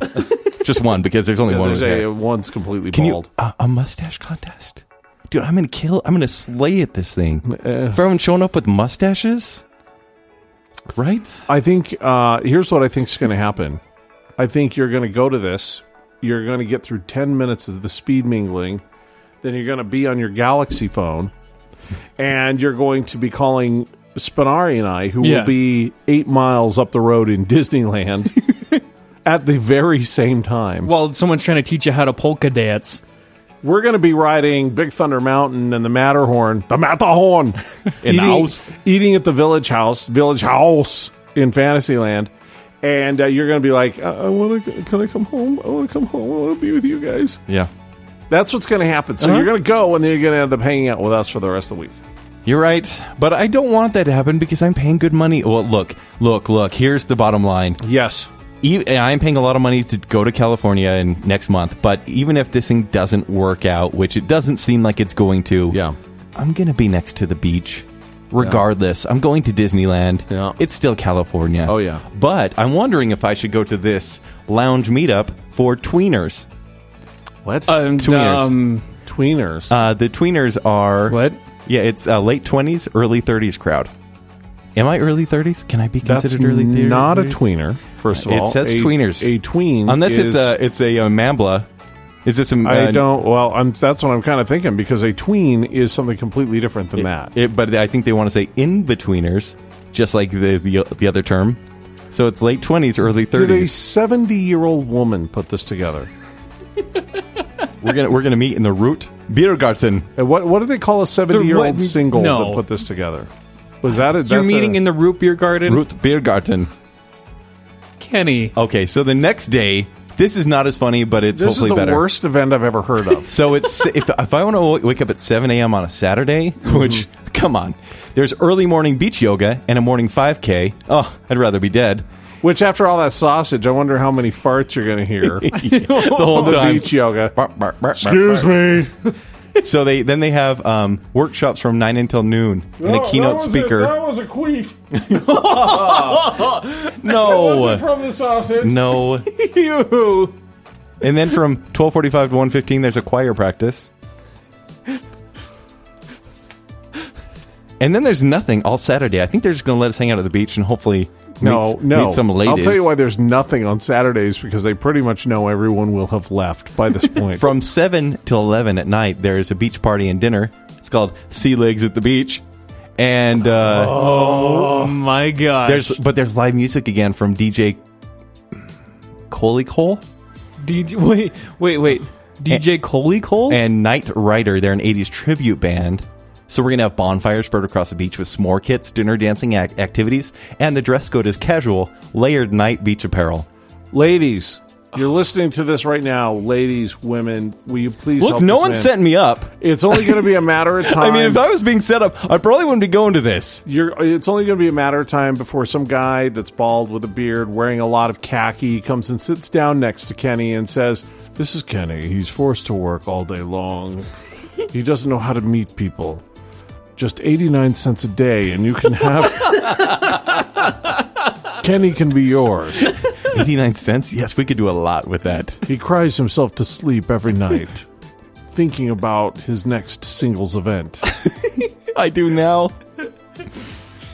Just one because there's only one.
There's
with hair.
a one's completely
Can you
bald.
a, a mustache contest? Dude, I'm gonna kill. I'm gonna slay at this thing.
Uh,
If everyone's showing up with mustaches, right?
I think uh, here's what I think's going to happen. I think you're going to go to this. You're going to get through 10 minutes of the speed mingling. Then you're going to be on your Galaxy phone, and you're going to be calling Spinari and I, who
Yeah.
will be eight miles up the road in Disneyland, at the very same time.
While someone's trying to teach you how to polka dance.
We're going to be riding Big Thunder Mountain and the Matterhorn, the Matterhorn,
In the
eating,
house.
eating at the Village House, Village House in Fantasyland, and uh, you're going to be like, I, I want to, can I come home? I want to come home. I want to be with you guys.
Yeah,
That's what's going to happen. So
Uh-huh.
you're going to go, and then you're going to end up hanging out with us for the rest of the week.
you're right. But I don't want that to happen because I'm paying good money. Well, look, look, look. Here's the bottom line.
Yes,
E- I'm paying a lot of money to go to California in next month. But even if this thing doesn't work out, which it doesn't seem like it's going to,
Yeah.
I'm gonna be next to the beach. Regardless, I'm going to Disneyland.
Yeah.
It's still California.
Oh, yeah.
But I'm wondering if I should go to this lounge meetup for tweeners.
what
Um,
Tweeners.
um,
tweeners?
Uh, the tweeners are
what?
Yeah, it's uh, late twenties, early thirties crowd. Am I early thirties? Can I be
That's
considered early thirties?
not a tweener. First of
It
all,
says
A-
tweeners.
A tween,
Unless
is-
it's a it's a, uh mambla. Is this a
I
uh,
don't. Well, I'm. That's what I'm kind of thinking because a tween is something completely different than that.
Uh, It, but I think they want to say in betweeners, just like the, the the other term. So it's late twenties, early
Did a
thirties.
70 year old woman put this together?
We're gonna we're gonna meet in the root Biergarten.
And what what do they call a 70 year
what-
old single
no.
that put this together? Was that a,
You're
that's
meeting
a,
in the root beer garden?
Root Oh. Biergarten.
Kenny.
Okay, so the next day, this is not as funny, but it's
This is
hopefully
the
better.
worst event I've ever heard of.
So it's if if I want to wake up at seven a.m. on a Saturday, which come on, there's early morning beach yoga and a morning five k. Oh, I'd rather be dead
Which, after all that sausage, I wonder how many farts you're going to hear.
the whole
the
time.
beach yoga.
Bark, bark, bark, bark,
Excuse
bark.
me.
So they then they have um, workshops from nine until noon and a keynote speaker.
Oh, was a queef.
No,
from the sausage.
Oh, no.
You.
And then from twelve forty-five to one fifteen, there's a choir practice. And then there's nothing all Saturday. I think they're just going to let us hang out at the beach and hopefully
No,
meet,
no.
meet some ladies.
I'll tell you why there's nothing on Saturdays because they pretty much know everyone will have left by this point.
From 7 till 11 at night, there is a beach party and dinner. It's called Sea Legs at the Beach. And uh,
Oh my gosh.
there's but there's live music again from DJ Coley Cole
DJ. Wait, wait, wait. DJ Coley Cole?
and Knight Rider. They're an 80s tribute band. So we're going to have bonfires spread across the beach with s'more kits, dinner dancing ac- activities, and the dress code is casual, layered night beach apparel.
Ladies, you're listening to this right now. Ladies, women, will you please
Look,
help
no
this
one
man?
setting me up.
It's only going to be a matter of
I
time.
mean, if I was being set up, I probably wouldn't be going to this.
you're, it's only going to be a matter of time before some guy that's bald with a beard, wearing a lot of khaki, comes and sits down next to Kenny and says, "This is Kenny. He's forced to work all day long. he doesn't know how to meet people. Just eighty nine cents a day, and you can have." Kenny can be yours.
89 cents? Yes, we could do a lot with that.
He cries himself to sleep every night, thinking about his next singles event.
I do now.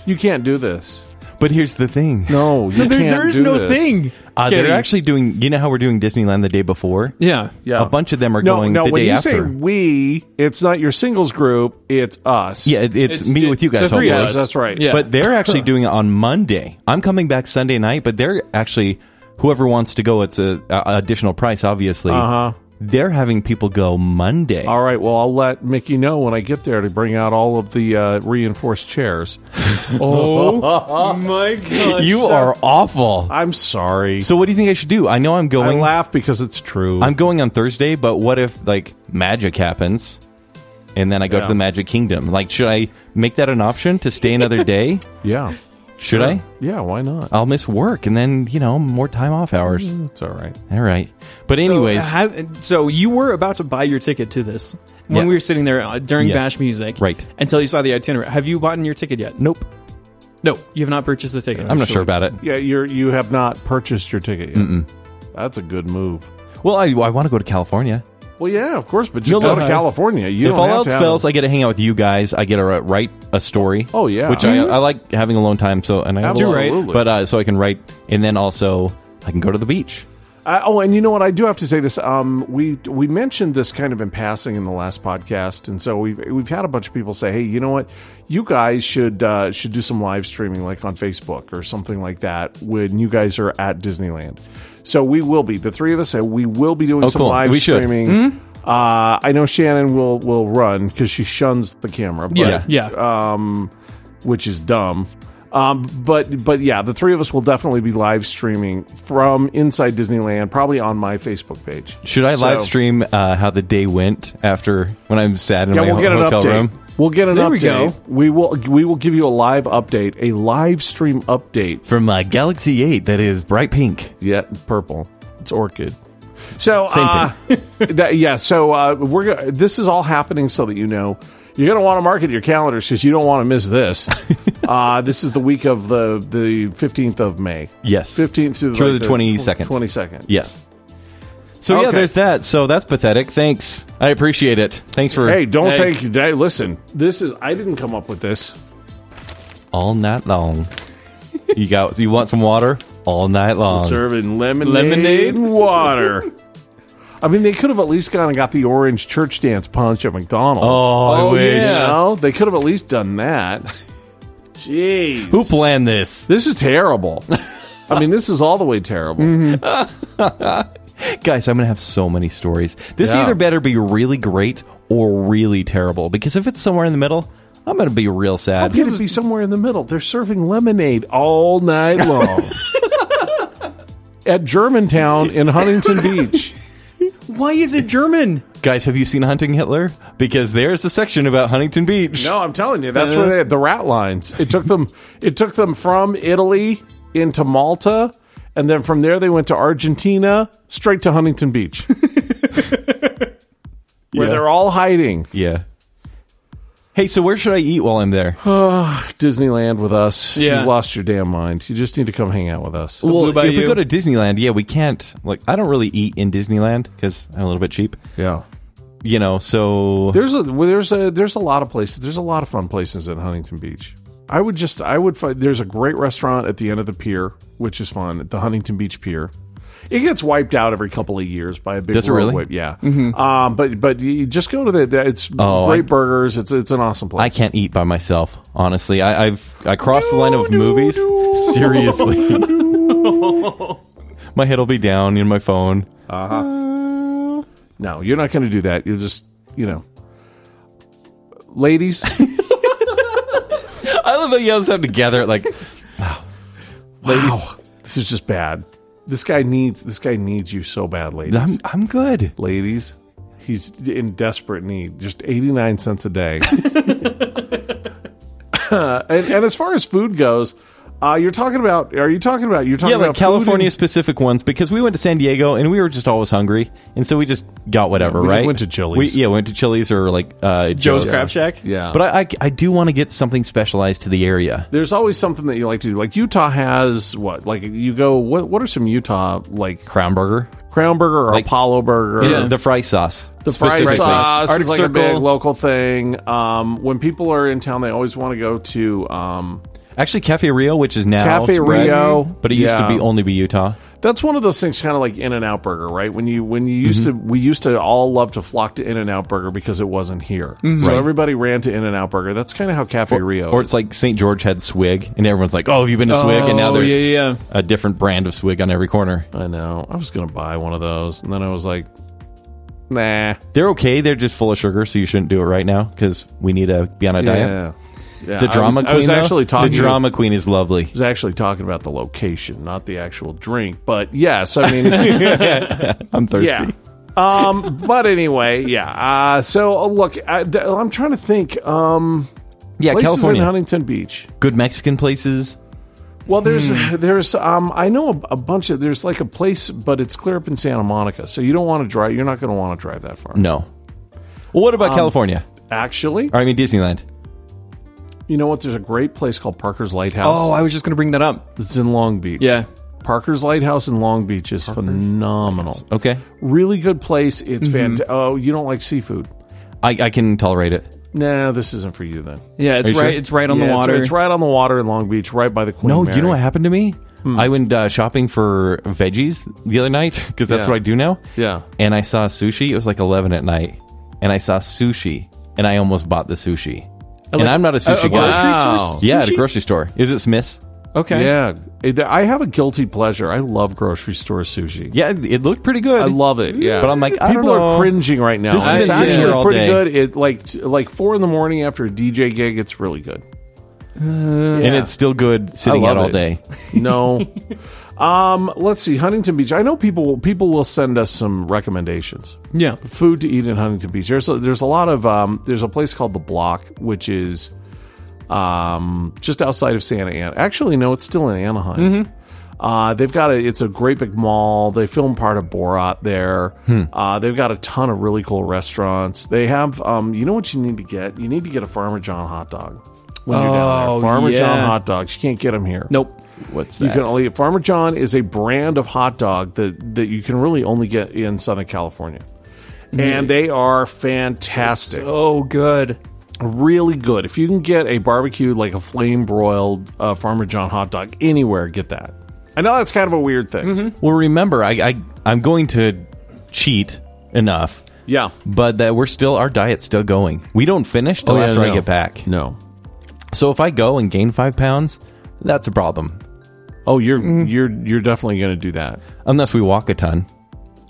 You can't do this.
But here's the thing.
No, you
There-
can't
there is
do
no
this.
thing.
Uh, they're
Kidding.
actually doing. You know how we're doing Disneyland the day before?
Yeah.
Yeah.
A bunch of them are
No,
going
no.
the
when
day
you say
after.
we, it's not your singles group. It's us.
yeah, it, it's,
It's-
me
it's
with you
the
guys.
three of
hopefully.
Yes, that's right.
Yeah.
But they're actually doing it on Monday. I'm coming back Sunday night, but they're actually whoever wants to go. It's a, a additional price, obviously. Uh huh. They're having people go Monday.
Uh-huh. All right. Well, I'll let Mickey know when I get there to bring out all of the uh, reinforced chairs.
Oh my god.
you are awful.
I'm sorry.
So what do you think I should do? I know I'm
I
going.
laugh because it's true.
I'm going on Thursday, but what if like magic happens? And then I go
Yeah.
to the Magic Kingdom. Like, should I make that an option to stay another day?
yeah.
Should I?
Yeah. Why not?
I'll miss work and then, you know, more time off hours.
It's all right.
All right. But, anyways,
So, uh, how- so you were about to buy your ticket to this when
Yeah.
we were sitting there uh, during
Yeah.
Bash Music,
Right.
Until you saw the itinerary. Have you bought your ticket yet?
nope.
No, you have not purchased the ticket.
I'm not sure about it.
Yeah. You're you have not purchased your ticket yet. That's a good move.
Well, I, I want to go to California.
Well, yeah, of course. But just
No,
go
look,
to
I-
California. You
if
don't
all
have
else
to have
fails,
a-
I get to hang out with you guys. I get to write- write a story.
Oh, yeah.
Which I, I like having alone time. So, and I have a lot.
Absolutely.
But, uh, so I can write and then also I can go to the beach.
I, oh, and you know what? I do have to say this. Um, we we mentioned this kind of in passing in the last podcast, and so we've we've had a bunch of people say, "Hey, you know what? You guys should uh, should do some live streaming, like on Facebook or something like that, when you guys are at Disneyland." So we will be the three of us. uh, We will be doing
Oh,
some
cool.
live
We should.
streaming. Uh, I know Shannon will will run because she shuns the camera. But,
Yeah, yeah.
which is dumb. Um, but but yeah, the three of us will definitely be live streaming from inside Disneyland, probably on my Facebook page.
Should I
So-
live stream uh, how the day went after when I'm sad in
Yeah,
my
we'll
ho-
get an
hotel
update.
room?
We'll get an
There we
update.
go.
We, will we will give you a live update, a live stream update.
From uh, Galaxy 8 that is bright pink.
Yeah, purple. It's orchid. So
Same
uh, that- yeah, so uh, we're go- this is all happening so that you know you're going to want to market your calendars because you don't want to miss this. uh, this is the week of the the 15th of May.
Yes.
15th through the,
Through
like,
the 22nd.
22nd.
Yes. So yeah,
Okay.
there's that. So that's pathetic. Thanks. I appreciate it. Thanks for
Hey, don't
Hey.
think. Hey, listen, this is. I didn't come up with this.
all night long. you got you want some water? All night long.
Serving lemonade,
Lemonade?
and water. I mean, they could have at least gone and got the orange church dance punch at McDonald's.
Oh, I wish.
You know, they could have at least done that. Jeez,
Who planned this?
this is terrible. I mean, this is all the way terrible.
Mm-hmm. Guys, I'm going to have so many stories. This
Yeah.
either better be really great or really terrible because if it's somewhere in the middle, I'm going to be real sad.
Could it be somewhere in the middle? They're serving lemonade all night long at Germantown in Huntington Beach.
Why is it German?
Guys, have you seen Hunting Hitler? Because there's a section about Huntington Beach.
No, I'm telling you, that's where they had the rat lines. It took them. It took them from Italy into Malta, and then from there they went to Argentina, straight to Huntington Beach, where
Yeah.
they're all hiding.
Yeah. Hey, so where should I eat while I'm there?
Disneyland with us.
Yeah.
You've lost your damn mind. You just need to come hang out with us.
Blue
if we
Bayou.
go to Disneyland, yeah, we can't. Like, I don't really eat in Disneyland because I'm a little bit cheap,
Yeah.
you know. So
There's a well, there's a there's a lot of places. There's a lot of fun places in Huntington Beach. I would just I would find there's a great restaurant at the end of the pier, which is fun at the Huntington Beach Pier. It gets wiped out every couple of years by a big
Does it
road
really? Mm-hmm.
wave. Yeah. Um. But but you just go to the, the- it's
Oh,
great
I-
burgers. It's it's an awesome place.
I can't eat by myself. Honestly, I, I've I crossed the line of movies. Seriously, my head'll be down in my phone.
No, you're not going to do that. You'll just you know, ladies.
I love that you always have to gather it. Like,
wow. This is just bad. This guy needs this guy needs you so bad, ladies.
I'm I'm good.
ladies. He's in desperate need, just 89 cents a day. and, and as far as food goes, uh, you're talking about, are you talking about, you're talking
Yeah,
about
like
food
California
and-
specific ones because we went to San Diego and we were just always hungry, and so we just got whatever.
we just
right?
went to Chili's.
We, yeah, went to Chili's or like uh,
Joe's
Joe's.
Crab Shack.
yeah.
But I, I I do want to get something specialized to the area.
there's always something that you like to do. Like Utah has what? Like you go, what What are some Utah, like
Crown burger.
Crown Burger or
Like-
Apollo Burger?
Yeah, the fry sauce.
The fry
specifically.
sauce is
Arctic
like a big
Circle.
local thing. Um, when people are in town, they always want to go to um,
Actually, Cafe Rio, which is now
Cafe
spread,
Rio,
but it used to
yeah.
be only be Utah.
That's one of those things, kind of like In and Out Burger, right? When you when you used
Mm-hmm.
to, we used to all love to flock to In and Out Burger because it wasn't here, so
Mm-hmm. Right.
everybody ran to In and Out Burger. That's kind of how Cafe Rio.
Or it's like St. George had Swig, and everyone's like, "Oh, have you been to Swig?" And now
Oh,
there's
yeah, yeah.
a different brand of Swig on every corner.
I know. I was gonna buy one of those, and then I was like, Nah.
They're okay. They're just full of sugar, so you shouldn't do it right now because we need to be on a diet.
Yeah. Yeah, I
The
was-
drama
I
queen.
was,
though,
actually talking.
The drama queen is lovely.
I was actually talking about the location, not the actual drink. But yes, I mean, it's-
I'm thirsty.
yeah. Um, but anyway, yeah. Uh, so uh, look, I, am trying to think. Um,
Yeah,
places
California.
in Huntington Beach.
Good Mexican places.
Well, there's
Hmm.
there's um, I know a, a bunch of there's like a place, but it's clear up in Santa Monica, so you don't want to drive. You're not going to want to drive that far.
No. Well, what
Um,
about California?
Actually,
Or I mean Disneyland.
you know what? There's a great place called Parker's Lighthouse.
Oh, I was just going to bring that up.
It's in Long Beach.
Yeah.
Parker's Lighthouse in Long Beach is phenomenal.
Okay,
Really good place. It's
Mm-hmm.
fantastic. Oh, you don't like seafood?
I, I can tolerate it.
No, this isn't for you then.
Yeah, it's
you sure?
right. It's right on
Yeah,
the
it's-
water.
It's, right on the water in Long Beach, right by the Queen
No,
Mary.
you know what happened to me?
Hmm.
I went uh, shopping for veggies the other night because that's
Yeah.
what I do now.
Yeah.
And I saw sushi. It was like 11 at night. And I saw sushi and I almost bought the sushi. and I'm not a sushi
a
guy.
grocery
Wow.
source?
Yeah, at a
Sushi?
grocery store. Is it Smith's?
Okay.
Yeah. It- I have a guilty pleasure. I love grocery store sushi.
Yeah, it it looked pretty good.
I love it. Yeah,
But I'm like, I
people
don't
are
know.
cringing right now.
This has
and it's
been sitting
actually
here all
pretty
day.
good. It like t- like four in the morning after a DJ gig, it's really good.
And it's still good sitting
I
out
love
all
it.
day.
No, um, let's see, Huntington Beach. I know people people will send us some recommendations,
Yeah.
food to eat in Huntington Beach. There's a, there's a lot of um, there's a place called the Block, which is um, just outside of Santa Ana. Actually, no, it's still in Anaheim.
Mm-hmm.
Uh, they've got a it's a great big mall. They film part of Borat there.
Hmm.
Uh, they've got a ton of really cool restaurants. They have um, you know what you need to get? You need to get a Farmer John hot dog when you're down there.
Oh,
Farmer John
yeah.
hot dogs. You can't get them here.
Nope.
What's
You
that?
can only Farmer John is a brand of hot dog that that you can really only get in Southern California. And they are fantastic.
Oh, good.
really good. If you can get a barbecue like a flame broiled uh, Farmer John hot dog anywhere, get that. I know that's kind of a weird thing.
well, remember, I, I, I'm going to cheat enough,
Yeah.
but that we're still, our diet's still going. We don't finish till
Oh, yeah,
after I
no.
get back.
No.
So if I go and gain five pounds, that's a problem.
Oh, you're you're you're definitely going to do that.
Unless we walk a ton.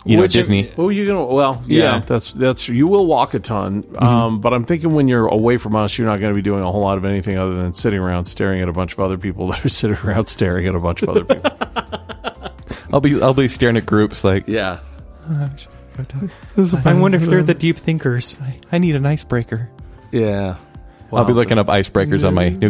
You
Which-
know, Disney.
Well, you're gonna. Well, yeah,
Yeah.
That's that's you will walk a ton. Um, but I'm thinking when you're away from us, you're not going to be doing a whole lot of anything other than sitting around staring at a bunch of other people that are sitting around staring at a bunch of other people.
I'll be I'll be staring at groups like
yeah.
I wonder if they're the deep thinkers.
I need an icebreaker.
Yeah.
I'll be looking up icebreakers on my new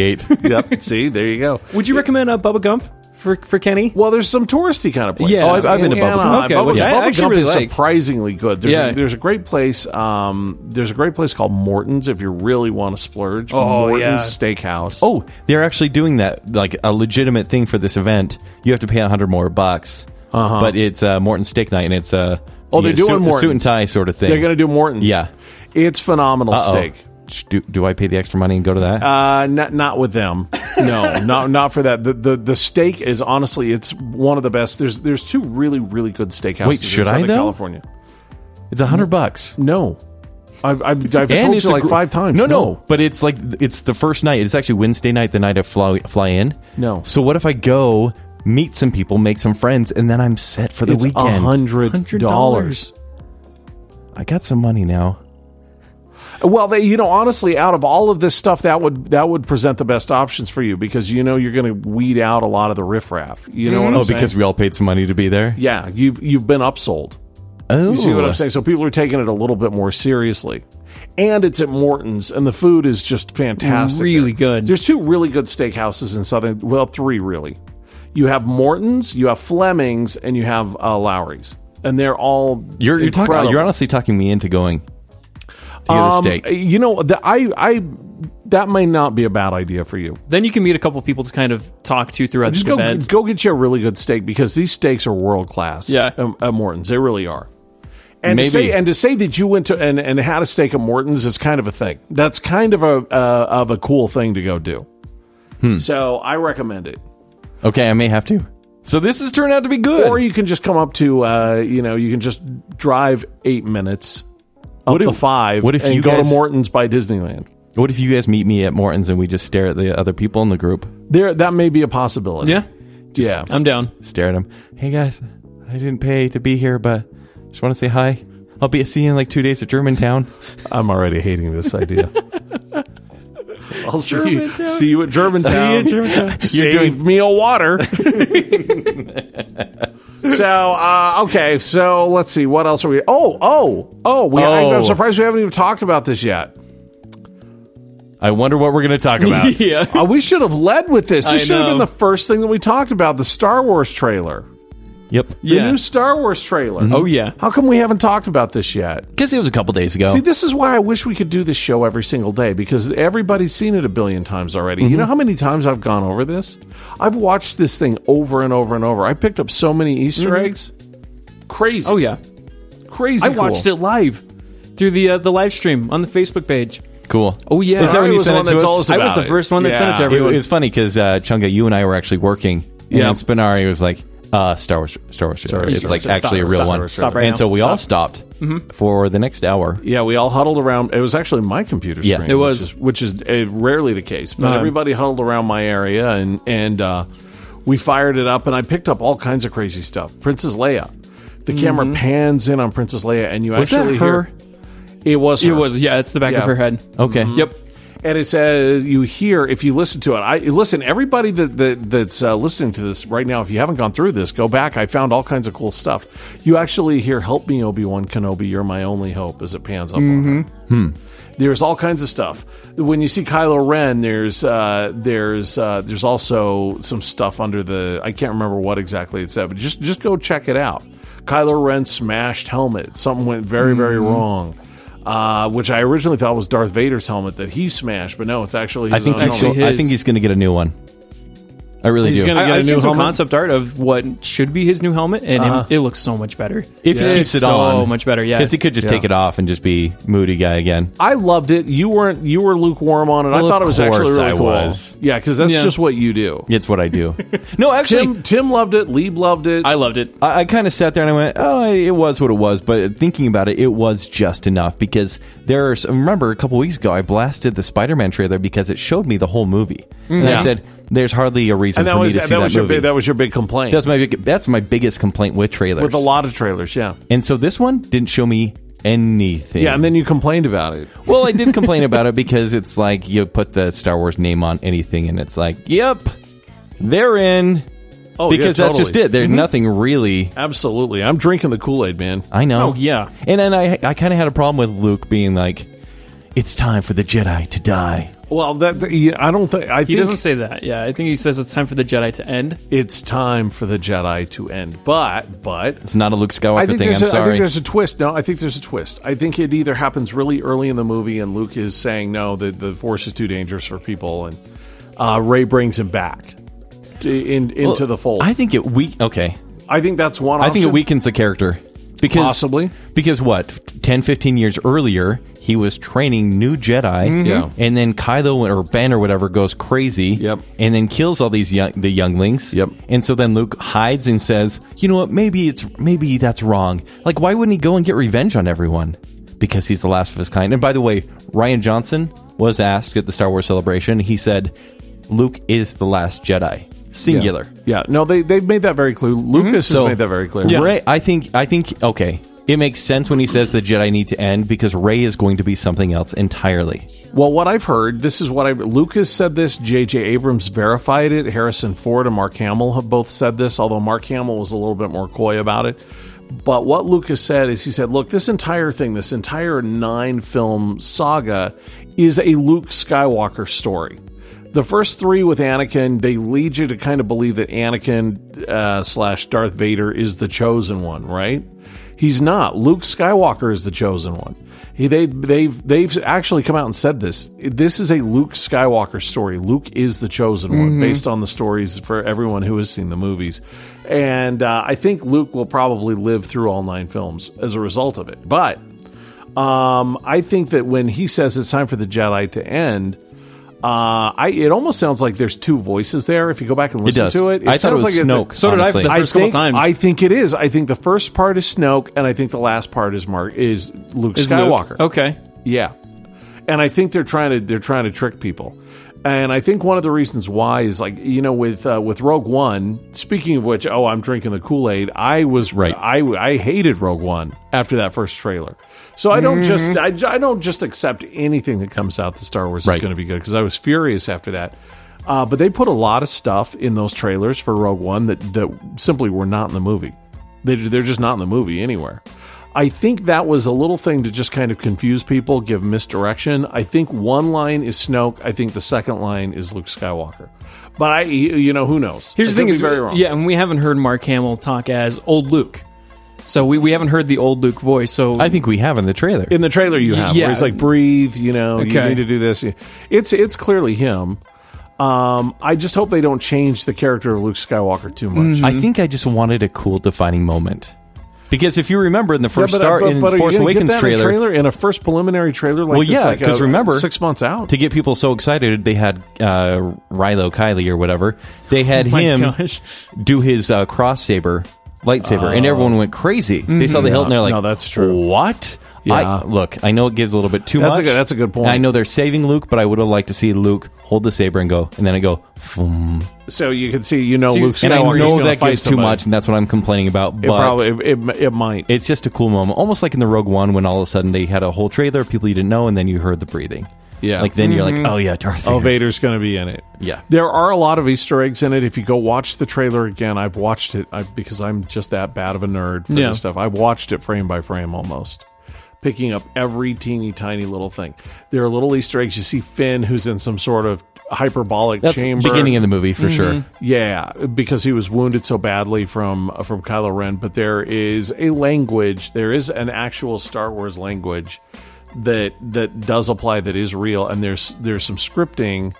8.
yep. See, there you go.
Would you recommend uh, Bubba Gump for for Kenny?
Well, there's some touristy kind of places.
Yeah. Oh, I've-
I've been to
In
Bubba Gump.
Anaheim.
Okay,
Bubba,
which I
Bubba
actually
Gump
really
is
like.
surprisingly good. There's,
Yeah.
a, there's a great place. Um, there's a great place called Morton's if you really want to splurge.
Oh,
Morton's
yeah.
Steakhouse.
oh, they're actually doing that like a legitimate thing for this event. You have to pay 100 more bucks. Uh-huh. But it's uh, Morton Steak Night and it's uh,
Oh, they're
yeah,
doing
suit,
Morton's.
suit and tie sort of thing.
they're going to do Morton's.
Yeah.
It's phenomenal
Uh-oh.
steak.
Sh- Do, do I pay the extra money and go to that?
Uh, not not with them. No, not not for that. The, the the steak is honestly, it's one of the best. There's there's two really really good steakhouses
Wait,
in
should I,
Southern
though?
California.
it's 100 bucks.
No, I've I've, I've
and
told
it's
you
a
like
gr-
five times.
No, no, but it's like it's the first night. It's actually Wednesday night, the night I fly fly in.
No.
So what if I go meet some people, make some friends, and then I'm set for the
it's a
weekend?
hundred dollars.
$100.
I got some money now. Oh,
Well, they, you know, honestly, out of all of this stuff, that would that would present the best options for you because you know you're going to weed out a lot of the riffraff. You know what I'm
Oh,
saying?
because we all paid some money to be there.
yeah, you've you've been upsold.
Oh,
You see what I'm saying? So people are taking it a little bit more seriously. And it's at Morton's, and the food is just fantastic.
Really
there.
good.
There's two really good steakhouses in Southern. Well, three really. You have Morton's, you have Fleming's, and you have uh, Lowry's, and they're all
You're you're, talking,
incredible.
you're honestly talking me into going to get a
Um,
steak.
You know, the, I I that may not be a bad idea for you.
Then you can meet a couple people to kind of talk to throughout
Just
the
go
event.
go get you a really good steak because these steaks are world class.
Yeah.
at, at Morton's they really are. And
Maybe.
to say and to say that you went to and, and had a steak at Morton's is kind of a thing. That's kind of a uh, of a cool thing to go do.
Hmm.
So I recommend it.
Okay, I may have to. So this has turned out to be good.
Or you can just come up to, uh, you know, you can just drive eight minutes up
What
to
if-
five
what if
and
you
go to
guys-
Morton's by Disneyland.
what if you guys meet me at Morton's and we just stare at the other people in the group?
There, that may be a possibility.
Yeah,
yeah.
I'm down.
Stare at them. Hey guys, I didn't pay to be here, but just want to say hi. I'll be seeing you in like two days at Germantown.
I'm already hating this idea. I'll see you, see you at Germantown. Save me a water. so uh, okay, so let's see what else are we? Oh, oh, oh! We, I,
Oh.
am surprised we haven't even talked about this yet.
I wonder what we're going to talk about.
yeah.
Uh, we should have led with this. This
I
should have been
know.
the first thing that we talked about: the Star Wars trailer,
Yep.
the
Yeah.
new Star Wars trailer.
Oh yeah.
How come we haven't talked about this yet?
Because it was a couple days ago.
See, this is why I wish we could do this show every single day because everybody's seen it a billion times already.
Mm-hmm.
You know how many times I've gone over this? I've watched this thing over and over and over. I picked up so many Easter eggs. Crazy.
Mm-hmm. Oh yeah.
crazy.
I watched it live through the uh, the live stream on the Facebook page.
cool.
Oh, yeah.
Is that
Ferrari
when you
was the one
sent it
that
to
told
us?
us
I was
about
the
it.
first one that sent it to
Yeah.
It,
everyone.
was funny because uh, Chunga, you and I were actually working, and
Yeah.
then Spinari was like, uh, "Star Wars, Star Wars, Star Wars." It's
Wars,
like
Star Wars,
actually a
Star
real
Wars, Star
one.
Wars, Star
Wars.
and so we all stopped for the next hour.
Yeah, we all huddled around. It was actually my computer
Yeah.
screen.
It
was. Uh-huh.
which is, which is uh, rarely the case, but
No.
everybody huddled around my area and and uh, we fired it up, and I picked up all kinds of crazy stuff. Princess Leia, the
Mm-hmm.
camera pans in on Princess Leia, and you
Was that
actually
her?
hear it was
It
her.
was yeah. It's the back
Yeah.
of her head. Mm-hmm.
Okay.
Yep.
and it says you hear if you listen to it. I listen. Everybody that, that that's uh, listening to this right now, if you haven't gone through this, go back. I found all kinds of cool stuff. You actually hear "Help me, Obi Wan Kenobi, you're my only hope" as it pans up. On her. There's all kinds of stuff. When you see Kylo Ren, there's uh, there's uh, there's also some stuff under the I can't remember what exactly it said, but just just go check it out. Kylo Ren smashed helmet. Something went very very
Mm-hmm.
wrong. Uh, which I originally thought was Darth Vader's helmet that he smashed, but no, it's actually his
I think
own
he's,
Actually
helmet.
his.
I think he's going to get a new one. I really
He's
do.
gonna-
I,
get a
I've
new
seen some
helmet?
concept art of what should be his new helmet, and it- it, looks so much better.
if
Yeah.
he keeps it
so
on,
much better. Yeah,
Because he could just take it off and just be moody guy again.
I loved it. You weren't. You were lukewarm on it.
Well,
I
of
thought it was actually
course
really
I
cool.
was.
Yeah, because that's
Yeah.
just what you do.
It's what I do. no, actually,
Tim Tim loved it. Lee loved it.
I loved it.
I, I kind of sat there and I went, "Oh, it was what it was." But thinking about it, it was just enough because there's. Remember, a couple weeks ago, I blasted the Spider-Man trailer because it showed me the whole movie, and I
Yeah.
said, "There's hardly a
Mm.
reason
and that
for me
was
to
that,
see that,
was your
movie."
big, that was your big complaint
that's my big, that's my biggest complaint with trailers.
with a lot of trailers. Yeah,
and so this one didn't show me anything.
yeah, and then you complained about it.
well, I did complain about it because it's like you put the Star Wars name on anything, and it's like, "Yep, they're in."
Oh, yeah,
because
totally.
that's
Mm-hmm.
just it. There's nothing really.
Absolutely, I'm drinking the Kool Aid, man.
I know.
Oh, yeah.
And then I I kind of had a problem with Luke being like, "It's time for the Jedi to die."
Well, that th- yeah, I don't think I
He
think
doesn't say that. Yeah, I think he says it's time for the Jedi to end.
it's time for the Jedi to end. But but
It's not a Luke Skywalker
I think,
thing.
there's
I'm
a, I think
sorry.
there's a twist. No, I think there's a twist. I think it either happens really early in the movie, and Luke is saying no, the the Force is too dangerous for people, and uh, Ray brings him back to, in, into the fold.
I
I,
think it weak. Okay,
think that's one.
I think it
option.
weakens the character because
Possibly.
because what 10, 15 years earlier he was training new Jedi.
Yeah.
and then Kylo or Ben or whatever goes crazy.
Yep.
and then kills all these young the younglings.
Yep.
and so then Luke hides and says, "You know what? Maybe it's maybe that's wrong. Like, why wouldn't he go and get revenge on everyone? Because he's the last of his kind." And by the way, Ryan Johnson was asked at the Star Wars celebration. He said, "Luke is the last Jedi." Singular.
Yeah, no, they they've made that very clear. Lucas has made that very clear.
Ray, I think, I think, okay, it makes sense when he says the Jedi need to end because Ray is going to be something else entirely.
Well, what I've heard, this is what I Lucas said this. J.J. Abrams verified it. Harrison Ford and Mark Hamill have both said this, although Mark Hamill was a little bit more coy about it. But what Lucas said is he said, look, this entire thing, this entire nine film saga is a Luke Skywalker story. The first three with Anakin, they lead you to kind of believe that Anakin uh, slash Darth Vader is the chosen one, right? He's not. Luke Skywalker is the chosen one. He, they, they've they've actually come out and said this. This is a Luke Skywalker story. Luke is the chosen one, based on the stories for everyone who has seen the movies. And uh, I think Luke will probably live through all nine films as a result of it. But um, I think that when he says it's time for the Jedi to end, Uh, I it almost sounds like there's two voices there. If you go back and listen
does.
to it, it
I thought it
sounds
was
like it's a-
Snoke.
So did I for
honestly.
the
I
first couple
think,
times.
I think it is. I think the first part is Snoke, and I think the last part is Mark is Luke
Is Luke-
Skywalker.
Okay.
Yeah, and I think they're trying to they're trying to trick people, and I think one of the reasons why is like you know with uh, with Rogue One. Speaking of which, oh, I'm drinking the Kool Aid. I was
Right.
I I hated Rogue One after that first trailer, so I don't just I, I don't just accept anything that comes out that Star Wars
Right.
is going to be good because I was furious after that. Uh, but they put a lot of stuff in those trailers for Rogue One that that simply were not in the movie. They, they're just not in the movie anywhere. I think that was a little thing to just kind of confuse people, give misdirection. I think one line is Snoke. I think the second line is Luke Skywalker. But I, you know, who knows?
Here's
I
the thing:
could be
is
very wrong.
Yeah, and we haven't heard Mark Hamill talk as old Luke, so we, we haven't heard the old Luke voice. So
I think we have in the trailer.
in the trailer you have
yeah.
where he's like breathe you know you
Okay.
need to do this it's it's clearly him um i just hope they don't change the character of luke skywalker too
Mm-hmm.
much
I think I just wanted a cool defining moment. Because if you remember in the
Yeah,
first
but- uh,
Star
but-
in
but are you
Force
gonna get
Awakens
that in a
trailer,
in a first preliminary trailer like
Well,
that's
yeah,
like, uh,
'cause remember-
six months out
to get people so excited, they had uh, Rilo Kiley or whatever. They
Oh
had
My
him
gosh.
do his uh, cross saber lightsaber, and everyone went crazy. They saw the hilt and they're like,
Oh. Mm-hmm. No, that's true.
What?"
Yeah.
I, look, I know it gives a little bit too
That's a
much.
good- that's a good point.
I know they're saving Luke, but I would have liked to see Luke hold the saber and go, and then I go, "Foom."
so you can see you know
So you-
luke
and I
skywalker
know that gives too much, and that's what I'm complaining about.
it
but
probably it, it, it might
it's just a cool moment, almost like in the Rogue One when all of a sudden they had a whole trailer of people you didn't know, and then you heard the breathing.
Yeah.
like then you're like, "Oh yeah, Darth." Vader.
Oh, Vader's going to be in it.
Yeah.
There are a lot of Easter eggs in it. If you go watch the trailer again, I've watched it I, because I'm just that bad of a nerd for
Yeah.
this stuff. I've watched it frame by frame almost, picking up every teeny tiny little thing. There are little Easter eggs. You see Finn, who's in some sort of hyperbolic
That's
chamber. Mm-hmm.
beginning of the movie for sure.
Yeah, because he was wounded so badly from uh, from Kylo Ren. But there is a language, there is an actual Star Wars language that that does apply, that is real, and there's there's some scripting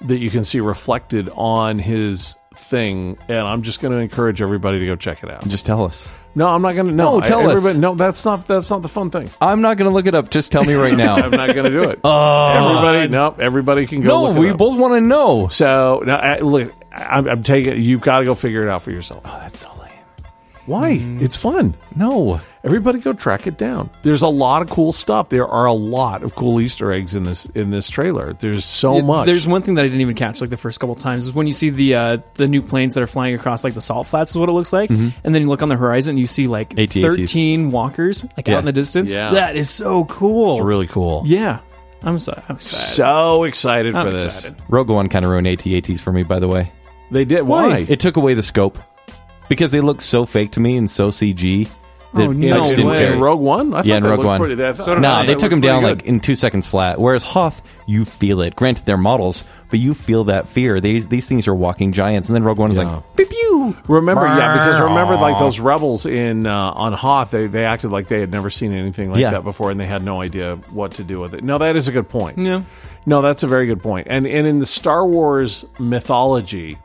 that you can see reflected on his thing. And I'm just going to encourage everybody to go check it out.
Just tell us.
No, I'm not going to. No,
No, tell us.
everybody- No, that's not that's not the fun thing.
I'm not going to look it up. Just tell me right
I'm
now.
not going to do it. everybody, no, everybody can go.
Oh. no,
look it
we
up.
both want to know.
So now, I, look, I'm, I'm taking. You've got to go figure it out for yourself.
That's so lame.
Why?
Mm-hmm.
It's fun.
No.
Everybody go track it down. There's a lot of cool stuff. There are a lot of cool Easter eggs in this in this trailer. There's so much.
There's one thing that I didn't even catch like the first couple times is when you see the uh, the new planes that are flying across like the salt flats is what it looks like,
Mm-hmm.
and then you look on the horizon and you see like
AT-ATs.
thirteen walkers like
Yeah.
out in the distance.
Yeah.
that is so cool.
really cool.
yeah, I'm sorry. I'm sad.
So excited
I'm
for this.
excited.
Rogue One kind of ruined AT-ATs for me, by the way.
They did why?
It took away the scope because they looked so fake to me and so CG. That
Oh,
I
no
just
in,
didn't
way.
carry.
in Rogue One. I thought
yeah, in
that
Rogue
looked
One.
Pretty, that,
no, they took him down like in two seconds flat. Whereas Hoth, you feel it. Granted, they're models, but you feel that fear. These these things are walking giants, and then Rogue One is
Yeah.
like, pew pew.
Remember, yeah, because remember, like those rebels in uh, on Hoth, they, they acted like they had never seen anything like
Yeah.
that before, and they had no idea what to do with it. No, that is a good point.
Yeah.
no, that's a very good point. And and in the Star Wars mythology,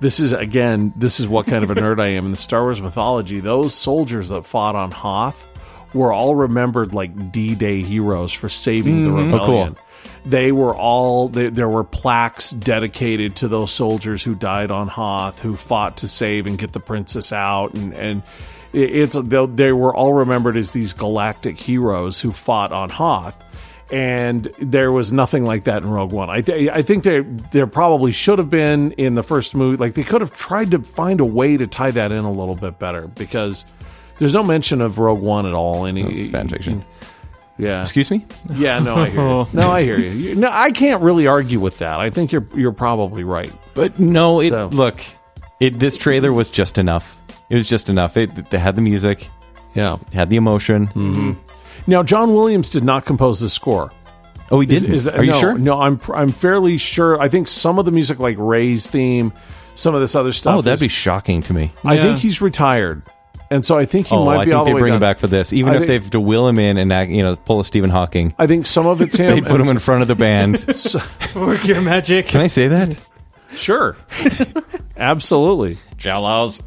this is again, this is what kind of a nerd I am. In the Star Wars mythology, those soldiers that fought on Hoth were all remembered like D-Day heroes for saving the rebellion
cool.
they were all they, there were plaques dedicated to those soldiers who died on Hoth who fought to save and get the princess out and and it- it's they, they were all remembered as these galactic heroes who fought on Hoth and there was nothing like that in Rogue One. I, th- I think there there probably should have been in the first movie. Like they could have tried to find a way to tie that in a little bit better because there's no mention of Rogue One at all. Any
It's fan fiction.
Yeah.
Excuse me.
Yeah, no, I hear you. No, I hear you. you. No, I can't really argue with that. I think you're you're probably right.
But no, it
So-
look, it this trailer was just enough. It was just enough. It, it had the music,
Yeah.
it had the emotion.
Hmm. Now, John Williams did not compose the score.
Oh, he
Is-
didn't.
is-
Are you
no,
sure?
No, I'm I'm fairly sure. I think some of the music, like Ray's theme, some of this other stuff.
Oh, that'd
is-
be shocking to me.
I think
Yeah.
he's retired, and so I think he
oh,
might
I
be all the
think they
way
bring
done.
him back for this, even
I
if
think-
they have to will him in and act, you know pull a Stephen Hawking.
I think some of it's him.
They put him in front of the band.
Work your magic.
Can I say that?
Sure, absolutely.
Jellos.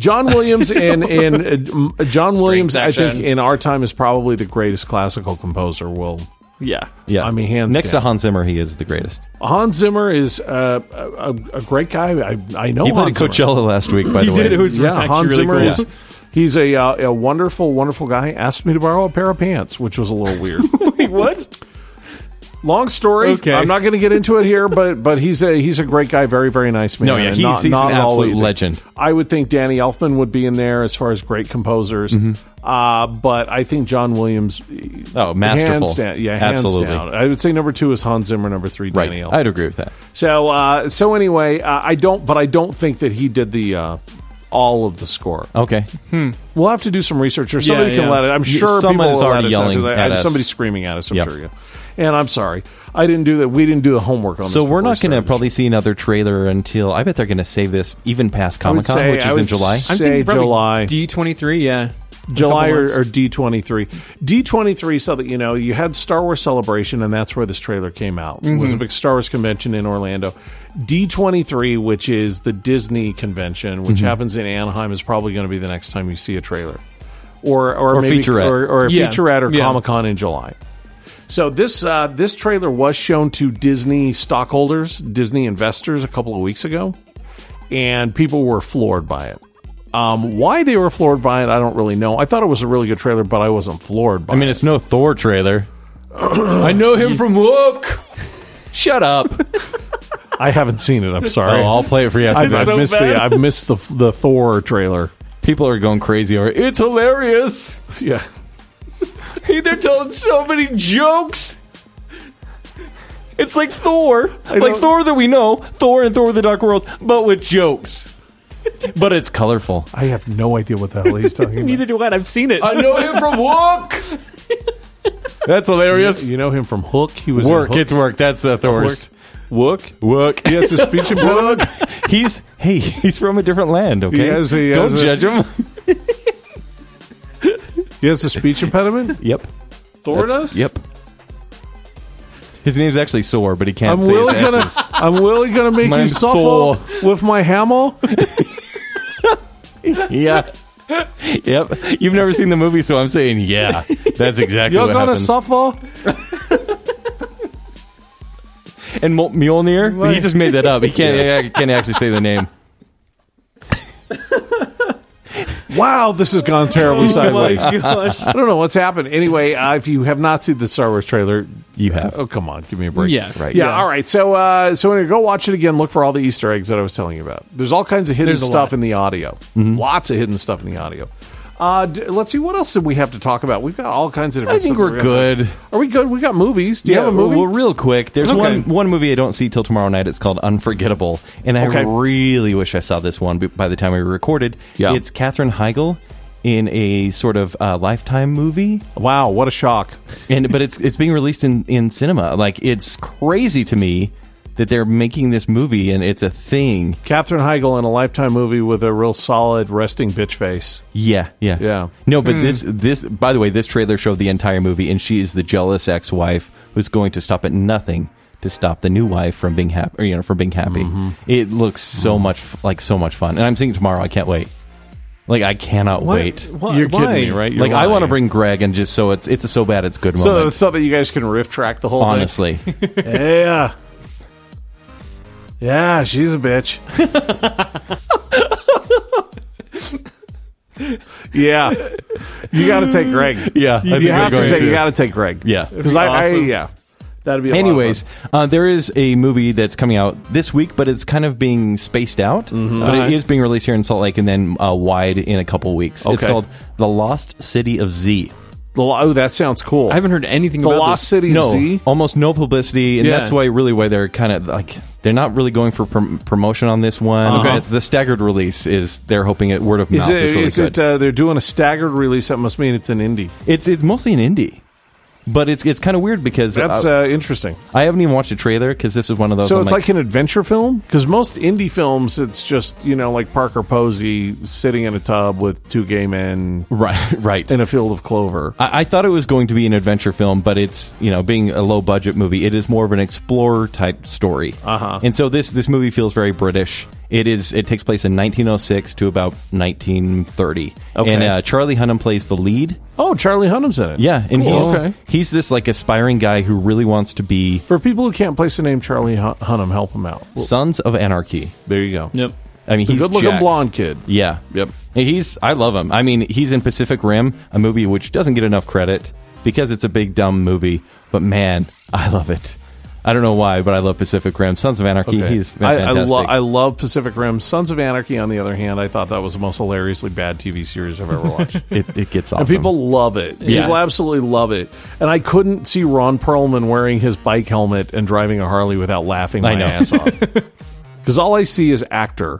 John Williams in in uh, John Williams. I think
section.
in our time is probably the greatest classical composer. We'll
Yeah.
Yeah,
I mean, hands
next
down. Oh,
to Hans Zimmer, he is the greatest.
Hans Zimmer is uh, a, a great guy. I, I know
He played
Hans
at
Zimmer.
Coachella last week, by the way.
did. It was
yeah,
actually
Hans
really
Zimmer
cool.
is. He's a uh, a wonderful, wonderful guy. Asked me to borrow a pair of pants, which was a little weird.
Wait, what?
Long story.
Okay.
I'm not going to get into it here, but but he's a he's a great guy, very very nice man.
No, yeah,
and
he's- he's an
at all what
absolute
you think.
legend.
I would think Danny Elfman would be in there as far as great composers,
Mm-hmm.
uh, but I think John Williams,
oh, masterful.
hands down, yeah, hands
absolutely.
down. I would say number two is Hans Zimmer, number three
Right,
Danny Elfman.
I'd agree with that.
So uh, so anyway, uh, I don't, but I don't think that he did the uh, all of the score.
Okay,
We'll have to do some research, or somebody
Yeah,
can
yeah.
let it. I'm
Yeah,
sure
someone
people
is
will
already
let us know, 'cause
yelling
I-
at
I-
us.
Somebody's screaming at us. I'm
Yep.
sure. Yeah. And I'm sorry, I didn't do that. We didn't do the homework on this.
so we're
before we
not going to
started.
probably see another trailer until I bet they're going to save this even past
I
Comic
would
Con,
say-
which
I
is
would
in July.
s- say July,
D twenty three. Yeah.
July
couple
or,
months.
or D23. D23, so that you know, you had Star Wars Celebration, and that's where this trailer came out. It
Mm-hmm.
was a big Star Wars convention in Orlando. D23, which is the Disney convention,
Mm-hmm.
which happens in Anaheim, is probably going to be the next time you see a trailer. Or, or,
Or
maybe,
featurette.
Or, or a
Yeah.
featurette or
Yeah.
Comic Con in July. So this uh, this trailer was shown to Disney stockholders, Disney investors, a couple of weeks ago, and people were floored by it. Um, why they were floored by it, I don't really know. I thought it was a really good trailer, but I wasn't floored by
I mean,
it.
it's no Thor trailer. I know him from Look. Shut up.
I haven't seen it. I'm sorry.
Oh, I'll play it for you. after
I've,
this.
I've missed the I've missed the the Thor trailer.
People are going crazy over. it. It's hilarious.
Yeah.
They're telling so many jokes. It's like Thor, like
don't-
Thor that we know, Thor and Thor: The Dark World, but with jokes. But it's colorful.
I have no idea what the hell he's talking about.
Neither do I. I've seen it.
I know him from Work. That's hilarious.
You know him from Hook. He was in
Work,
Hook.
it's work. That's the Thor's
Work.
work.
He has a speech impediment.
He's hey, he's from a different land. Okay,
He has a- he
don't
has a-
judge him.
He has a speech impediment.
Yep,
Thor
That's-
does.
Yep. His name's actually Sore, but he can't
I'm
say
really
his
gonna,
S's.
I'm really gonna make you
Mine's
suffer with my hammer.
Yeah. Yep. You've never seen the movie, so I'm saying yeah. That's exactly
You're
what
gonna
happens.
suffer.
and Mol- Mjolnir, he
Right.
just made that up. He can't, he can't actually say the name.
Wow, this has gone terribly
Oh my
sideways.
gosh.
I don't know what's happened. Anyway, uh, if you have not seen the Star Wars trailer,
You have.
oh come on, give me a break.
Yeah.
right. Yeah,
Yeah.
all right. So, uh, so anyway, go watch it again. Look for all the Easter eggs that I was telling you about. There's all kinds of hidden
There's a
stuff
lot.
in the audio. Lots of hidden stuff in the audio. Uh, d- let's see what else did we have to talk about. We've got all kinds of.
I
Different
think
stuff
we're
that we got.
good.
Are we good? We got movies. Do you have a movie?
Well, real quick, there's
Okay.
one one movie I don't see till tomorrow night. It's called Unforgettable, and I
Okay.
really wish I saw this one b- by the time we recorded.
Yeah.
It's Katherine Heigl in a sort of uh, lifetime movie.
wow, what a shock!
and but it's it's being released in in cinema. Like it's crazy to me that they're making this movie and it's a thing.
Katherine Heigl in a Lifetime movie with a real solid resting bitch face.
Yeah, yeah,
Yeah.
No,
Hmm.
but this this by the way, this trailer showed the entire movie, and she is the jealous ex wife who's going to stop at nothing to stop the new wife from being happy. Or, you know, from being happy.
Mm-hmm.
It looks so much f- like so much fun, and I'm seeing it tomorrow. I can't wait. Like I cannot
What?
wait.
Why-
You're kidding
why?
me, right? You're
like I want to
lying.
bring Greg and just so it's it's a so bad it's good
So
moment.
so that you guys can riff track the whole
honestly,
thing. Yeah. Yeah, she's a bitch. yeah. You got to take Greg.
yeah, I
You,
think I'm
have to
going
take you got to take Greg.
Yeah.
Cuz I, I
Awesome.
yeah. That'd be a lot of
Anyways,
fun.
uh, there is a movie that's coming out this week, but it's kind of being spaced out.
Mm-hmm.
But it is being released here in Salt Lake and then uh, wide in a couple weeks. It's
Okay.
called The Lost City of Z.
The lo- oh, that sounds cool.
I haven't heard anything
the
about
Lost
this.
City of
no,
Z.
almost no publicity, and
Yeah.
that's why really why they're kind of like they're not really going for prom- promotion on this one.
Okay.
It's the staggered release is they're hoping it word of mouth
Uh-huh. Is
is,
it,
really
is it
good.
uh, they're doing a staggered release that must mean it's an indie.
it's it's mostly an indie. But it's it's kind of weird because
That's
uh,
uh, interesting.
I haven't even watched a trailer because this is one of those.
So
I'm
it's like, an adventure film because most indie films, it's just you know like Parker Posey sitting in a tub with two gay men
right, right,
in a field of clover.
I, I thought it was going to be an adventure film, but it's you know being a low budget movie, it is more of an explorer type story.
Uh-huh.
And so this this movie feels very British It is. It takes place in 1906 to about 1930.
Okay.
And uh, Charlie Hunnam plays the lead.
Oh, Charlie Hunnam's in it.
Yeah, and
Cool.
he's
okay.
he's this like aspiring guy who really wants to be
For people who can't place the name Charlie Hun- Hunnam, help him out. Well,
Sons of Anarchy.
there you go.
Yep.
I mean,
The
he's
good-looking
jacked.
blonde kid.
Yeah.
Yep.
And He's I love him. I mean, he's in Pacific Rim, a movie which doesn't get enough credit because it's a big dumb movie, but man, I love it. I don't know why, but I love Pacific Rim. Sons of Anarchy,
Okay.
he's
I, I,
fantastic.
lo- I love Pacific Rim. Sons of Anarchy, on the other hand, I thought that was the most hilariously bad TV series I've ever watched.
it, it gets awesome.
And people love it.
Yeah.
People absolutely love it. And I couldn't see Ron Perlman wearing his bike helmet and driving a Harley without laughing my
I know.
ass off. Because all I see is actor,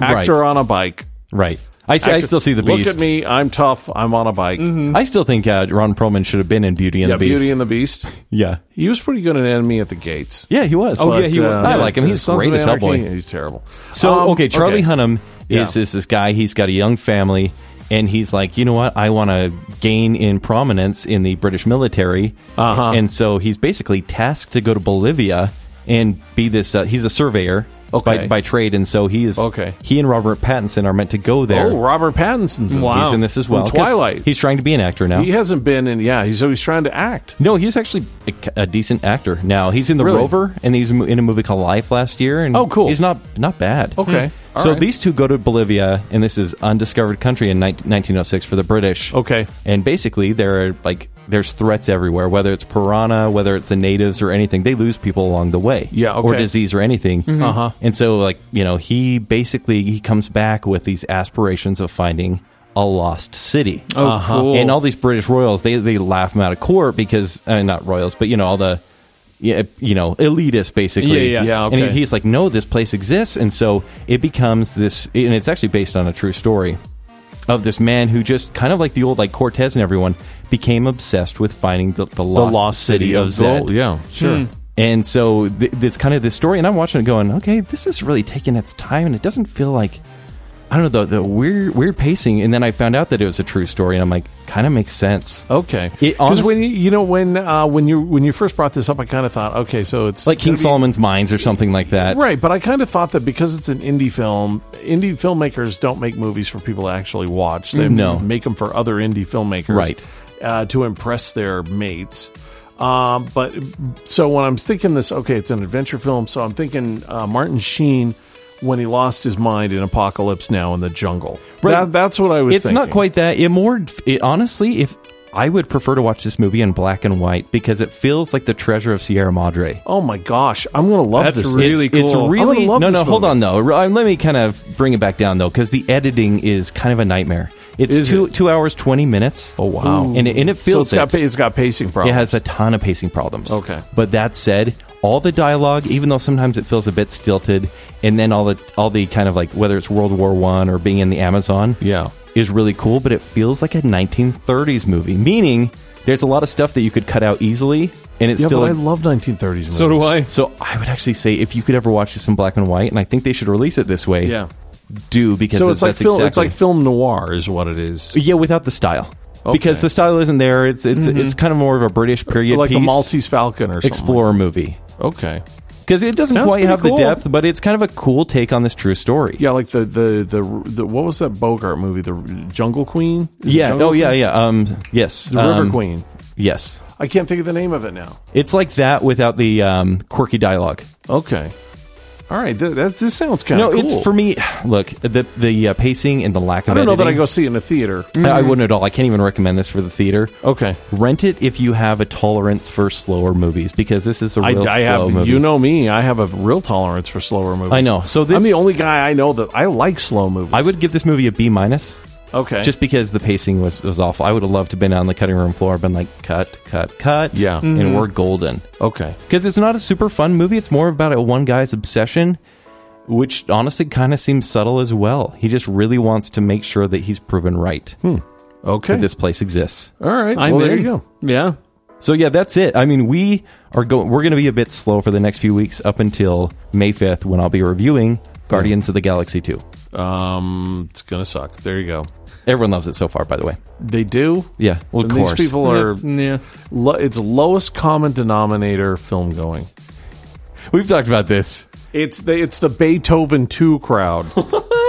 actor
Right.
on a bike.
right. I, s- I
Actor-
still see the beast.
Look at me. I'm tough. I'm on a bike.
I still think uh, Ron Perlman should have been in Beauty and
Yeah,
the Beast.
Beauty and the Beast.
yeah.
He was pretty good at Enemy at the Gates. uh,
Yeah, he was.
Oh, yeah, he was.
I like him. He's
Sons
great
of
as
Anarchy,
Hellboy.
He's terrible.
So
Um,
okay, Charlie Hunnam is
Yeah.
is this guy. He's got a young family, and he's like, you know what? I want to gain in prominence in the British military,
Uh-huh.
and so he's basically tasked to go to Bolivia and be this. Uh, he's a surveyor.
Okay.
By, by trade, and so he is.
Okay.
He and Robert Pattinson are meant to go there.
Oh, Robert Pattinson's in
Wow.
He's in this as well. 'cause
From Twilight.
He's trying to be an actor now.
He hasn't been in. Yeah, he's always trying to act.
no, he's actually a, a decent actor now. He's in the
Really?
Rover, and he's in a movie called Life last year. And
Oh, cool. Hmm.
He's not not bad. Hmm.
Okay. All
So
right.
these two go to Bolivia, and this is undiscovered country in 19- 1906 for the British.
Okay.
And basically, there are like there's threats everywhere, whether it's piranha, whether it's the natives or anything. They lose people along the way,
Yeah,
or
okay. Mm-hmm.
disease or anything. Uh-huh. And so, like you know, he basically he comes back with these aspirations of finding a lost city.
Oh, cool.
Uh-huh. And all these British royals, they they laugh him out of court because uh, not royals, but you know all the. Yeah, you know, elitist basically.
Yeah, yeah.
Yeah,
And
okay.
he- he's like, no, this place exists, and so it becomes this, and it's actually based on a true story of this man who just kind of like the old like Cortez and everyone became obsessed with finding the, the, lost, city, of Zed.
Gold. Yeah, sure.
And so th- it's kind of this story, and I'm watching it going, okay, this is really taking its time, and it doesn't feel like I don't know the, the weird weird pacing. And then I found out that it was a true story, and I'm like, kind of makes sense.
Okay.
It
Because
honest-
when you, you know when uh, when you when you first brought this up, I kind of thought, okay, so it's
like King
gonna be-
Solomon's Mines or something like that,
Right, but I kind of thought that because it's an indie film, indie filmmakers don't make movies for people to actually watch. They
No.
make them for other indie filmmakers,
Right.
Uh, to impress their mates. Um, but so when I'm thinking this, okay, it's an adventure film, so I'm thinking uh, Martin Sheen when he lost his mind in Apocalypse Now in the jungle.
Right.
That, that's what I was.
It's not
thinking.
quite that. It more it, honestly, if I would prefer to watch this movie in black and white because it feels like the treasure of Sierra Madre.
Oh my gosh, I'm gonna love
That's
this.
really
it's,
cool.
It's really
I love
no,
this
no. Hold
movie.
on though. Re- Let me kind of bring it back down though, because the editing is kind of a nightmare. It's
Is
two
it?
two hours twenty minutes.
Oh, wow.
And it, and it
So
feels
it's got
it.
pa- it's got pacing
It
problems.
has a ton of pacing problems.
Okay.
But that said, all the dialogue, even though sometimes it feels a bit stilted, and then all the all the kind of like whether it's World War One or being in the Amazon,
Yeah.
is really cool. But it feels like a 1930s movie, meaning there's a lot of stuff that you could cut out easily, and it's
Yeah,
still.
but
a-
I love 1930s movies.
So do I.
so I would actually say if you could ever watch this in black and white, and I think they should release it this way.
Yeah.
Do because
So it's like
that's
film. It's
exactly-
like film noir is what it is.
yeah, without the style.
Okay. Mm-hmm.
Because the style isn't there. It's it's it's kind of more of a British period
like
piece
a Maltese Falcon or something.
explorer movie.
Okay.
because it doesn't
Sounds
quite
pretty
have
cool.
the depth, but it's kind of a cool take on this true story.
Yeah, like the the the, the what was that Bogart movie? The Jungle Queen. Is it
yeah,
Jungle
oh yeah,
Queen?
yeah. Um, yes,
The River
Um,
Queen.
Yes,
I can't think of the name of it now.
it's like that without the um, quirky dialogue.
Okay. All right. Th- that this sounds kind
no,
of Ah, cool.
it's for me. Look, the the uh, pacing and the lack of.
I don't know that I
editing-
go see it in the theater.
I I wouldn't at all. I can't even recommend this for the theater.
Okay.
Rent it if you have a tolerance for slower movies, because this is a
I,
real
I
slow
have
movie.
you know me. I have a real tolerance for slower movies.
I know. So this-
I'm the only guy I know that I like slow movies.
I would give this movie a B minus,
okay.
just because the pacing was, was awful. I would have loved to have been on the cutting room floor, been like cut, cut, cut.
Yeah.
and we're golden.
okay.
because it's not a super fun movie. It's more about a one guy's obsession, which honestly kind of seems subtle as well. He just really wants to make sure that he's proven right
Okay.
that this place exists.
All right.
I'm
well, there
in.
you go.
Yeah.
So yeah, that's it. I mean, we are going. We're going to be a bit slow for the next few weeks up until May fifth, when I'll be reviewing Guardians of the Galaxy two.
Um, it's gonna suck. There you go.
Everyone loves it so far, by the way.
They do.
Yeah, well, of
And
course.
These people are
yeah.
lo- it's lowest common denominator film going.
We've talked about this.
It's the it's the Beethoven two crowd.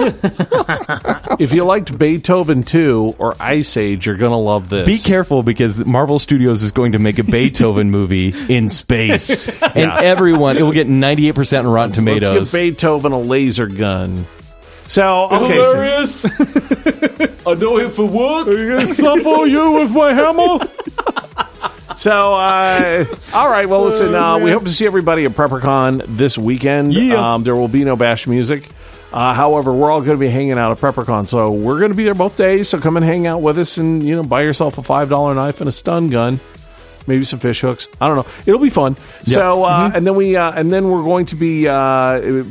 if you liked Beethoven two or Ice Age, you're gonna love this.
Be careful because Marvel Studios is going to make a Beethoven movie in space, and everyone it will get ninety eight percent on Rotten
Let's
Tomatoes.
give Beethoven a laser gun. So okay, so- I know him for work. I'm gonna suffer you with my hammer. So, uh, all right. Well, listen. Uh, we hope to see everybody at PrepperCon this weekend.
Yeah.
Um, there will be no bash music. Uh, however, we're all going to be hanging out at PrepperCon, so we're going to be there both days. So come and hang out with us, and you know, buy yourself a five dollar knife and a stun gun, maybe some fish hooks. I don't know. It'll be fun. So, uh, and then we, uh, and then we're going to be uh,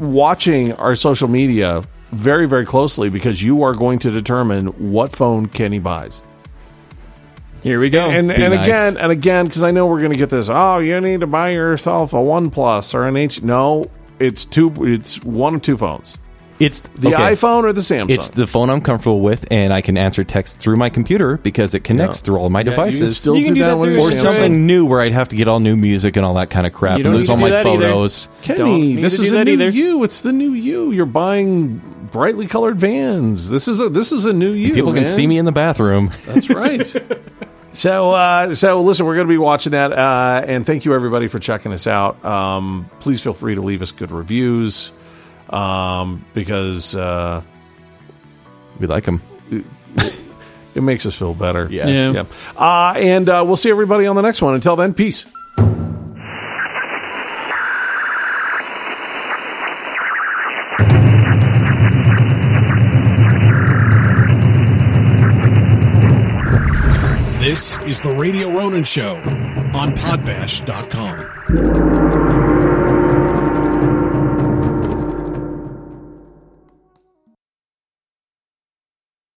watching our social media very, very closely because you are going to determine what phone Kenny buys.
Here we go.
And
Be
and
nice.
again and again because I know we're going to get this. Oh, you need to buy yourself a One Plus or an H. No, it's two. It's one of two phones:
it's
the
okay.
iPhone or the Samsung.
It's the phone I'm comfortable with, and I can answer text through my computer because it connects through all my
you can
devices.
still
You
do,
can do
that,
that
with
through
your
or
your
Samsung.
something new where I'd have to get all new music and all that kind of crap
You
and
don't
lose
need
all
to
my
do that either.
photos.
Don't
Kenny,
need
this
to
is
do
a
that
new
either.
you. It's the new you. You're buying brightly colored vans. This is a this is a new you.
People can
man.
see me in the bathroom.
That's right. so, uh, so listen, we're going to be watching that, uh, and thank you everybody for checking us out. Um, please feel free to leave us good reviews um, because uh,
We like them.
it makes us feel better.
Yeah.
Yeah.
yeah. Uh, and uh, we'll see everybody on the next one. Until then, peace.
This is the Radio Ronin Show on Podbash.com.